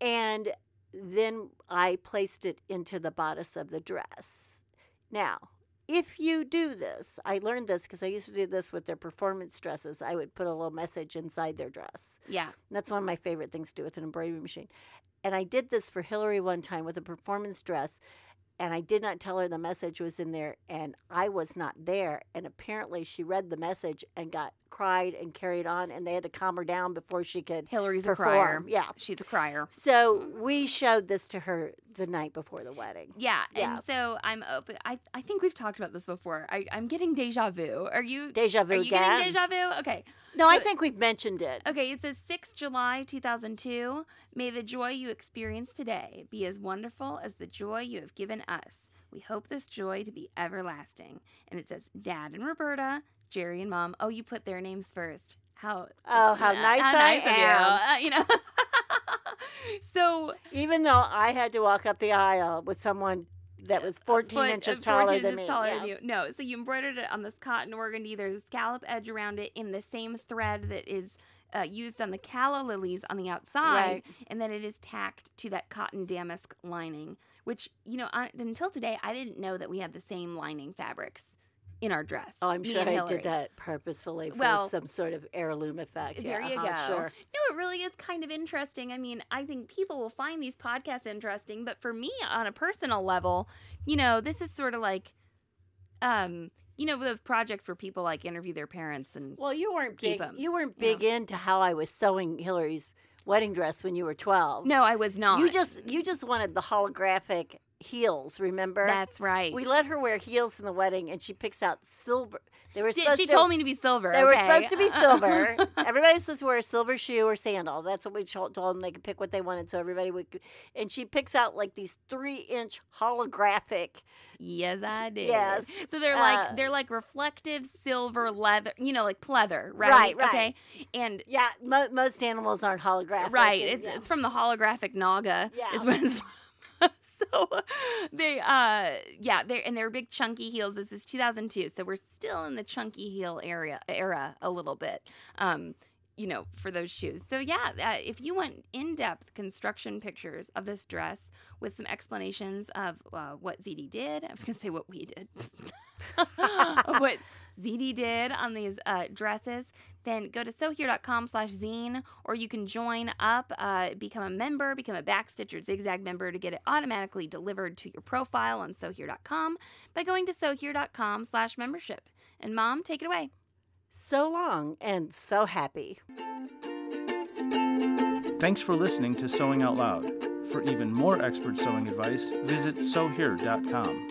[SPEAKER 3] And then I placed it into the bodice of the dress. Now, if you do this, I learned this because I used to do this with their performance dresses. I would put a little message inside their dress.
[SPEAKER 2] Yeah.
[SPEAKER 3] And that's one of my favorite things to do with an embroidery machine. And I did this for Hillary one time with a performance dress. And I did not tell her the message was in there, and I was not there. And apparently, she read the message and got cried and carried on, and they had to calm her down before she could
[SPEAKER 2] Hillary's a crier.
[SPEAKER 3] perform. Yeah.
[SPEAKER 2] She's a crier.
[SPEAKER 3] So we showed this to her the night before the wedding.
[SPEAKER 2] Yeah,
[SPEAKER 3] Yeah.
[SPEAKER 2] and so I'm open. I, I think we've talked about this before. I, I'm getting deja vu. Are you?
[SPEAKER 3] Deja vu
[SPEAKER 2] Are you
[SPEAKER 3] again.
[SPEAKER 2] getting deja vu? Okay.
[SPEAKER 3] no, I
[SPEAKER 2] so-
[SPEAKER 3] think we've mentioned it.
[SPEAKER 2] Okay, it says 6 July 2002. May the joy you experience today be as wonderful as the joy you have given us. We hope this joy to be everlasting. And it says Dad and Roberta, Jerry and Mom. Oh, you put their names first. How
[SPEAKER 3] Oh, how nice I
[SPEAKER 2] of you. Uh, you know. so
[SPEAKER 3] Even though I had to walk up the aisle with someone that was 14
[SPEAKER 2] foot-
[SPEAKER 3] inches
[SPEAKER 2] uh,
[SPEAKER 3] taller
[SPEAKER 2] 14
[SPEAKER 3] than
[SPEAKER 2] inches
[SPEAKER 3] me.
[SPEAKER 2] taller
[SPEAKER 3] yeah.
[SPEAKER 2] than you. No, so you embroidered it on this cotton organdy. There's a scallop edge around it in the same thread that is uh, used on the calla lilies on the outside,
[SPEAKER 3] Right.
[SPEAKER 2] and then it is tacked to that cotton damask lining. Which you know, I, until today, I didn't know that we had the same lining fabrics in our dress.
[SPEAKER 3] Oh, I'm
[SPEAKER 2] me
[SPEAKER 3] sure
[SPEAKER 2] and
[SPEAKER 3] I
[SPEAKER 2] Hillary.
[SPEAKER 3] did that purposefully for
[SPEAKER 2] Well,
[SPEAKER 3] some sort of heirloom effect.
[SPEAKER 2] there
[SPEAKER 3] yeah,
[SPEAKER 2] you
[SPEAKER 3] uh-huh,
[SPEAKER 2] go.
[SPEAKER 3] Sure.
[SPEAKER 2] No, it really is kind of interesting. I mean, I think people will find these podcasts interesting, but for me on a personal level, you know, this is sort of like um, you know, those projects where people like interview their parents and
[SPEAKER 3] Well, you weren't
[SPEAKER 2] Keep
[SPEAKER 3] big.
[SPEAKER 2] 'em.
[SPEAKER 3] You weren't
[SPEAKER 2] Yeah.
[SPEAKER 3] big into how I was sewing Hillary's wedding dress when you were 12.
[SPEAKER 2] No, I was not.
[SPEAKER 3] you just you just wanted the holographic heels. Remember?
[SPEAKER 2] That's right.
[SPEAKER 3] we let her wear heels in the wedding, and she picks out silver. They were
[SPEAKER 2] She-
[SPEAKER 3] supposed
[SPEAKER 2] she
[SPEAKER 3] to.
[SPEAKER 2] told me to be silver.
[SPEAKER 3] They were
[SPEAKER 2] okay?
[SPEAKER 3] supposed to be silver. Everybody's supposed to wear a silver shoe or sandal. That's what we told told them. They could pick what they wanted, so everybody would. And she picks out like these three-inch holographic
[SPEAKER 2] yes, I did.
[SPEAKER 3] Yes.
[SPEAKER 2] So they're
[SPEAKER 3] Uh,
[SPEAKER 2] like they're like reflective silver leather, you know, like pleather,
[SPEAKER 3] Right,
[SPEAKER 2] right?
[SPEAKER 3] right.
[SPEAKER 2] Okay. And
[SPEAKER 3] Yeah, mo- most animals aren't holographic.
[SPEAKER 2] right.
[SPEAKER 3] and-
[SPEAKER 2] It's
[SPEAKER 3] yeah.
[SPEAKER 2] it's from the holographic Naga.
[SPEAKER 3] Yeah.
[SPEAKER 2] Is when it's from. so they uh yeah they are and they're big chunky heels. This is 2002, so we're still in the chunky heel area era a little bit. Um. You know, for those shoes. So, yeah, uh, if you want in depth construction pictures of this dress with some explanations of uh, what ZD did, I was going to say what we did, of what ZD did on these uh, dresses, then go to sewhere.com slash zine or you can join up, uh, become a member, become a Backstitch or Zigzag member to get it automatically delivered to your profile on sewhere.com by going to sewhere.com slash membership. And mom, take it away.
[SPEAKER 3] so long and so happy.
[SPEAKER 1] Thanks for listening to Sewing Out Loud. For even more expert sewing advice, visit sewhere.com.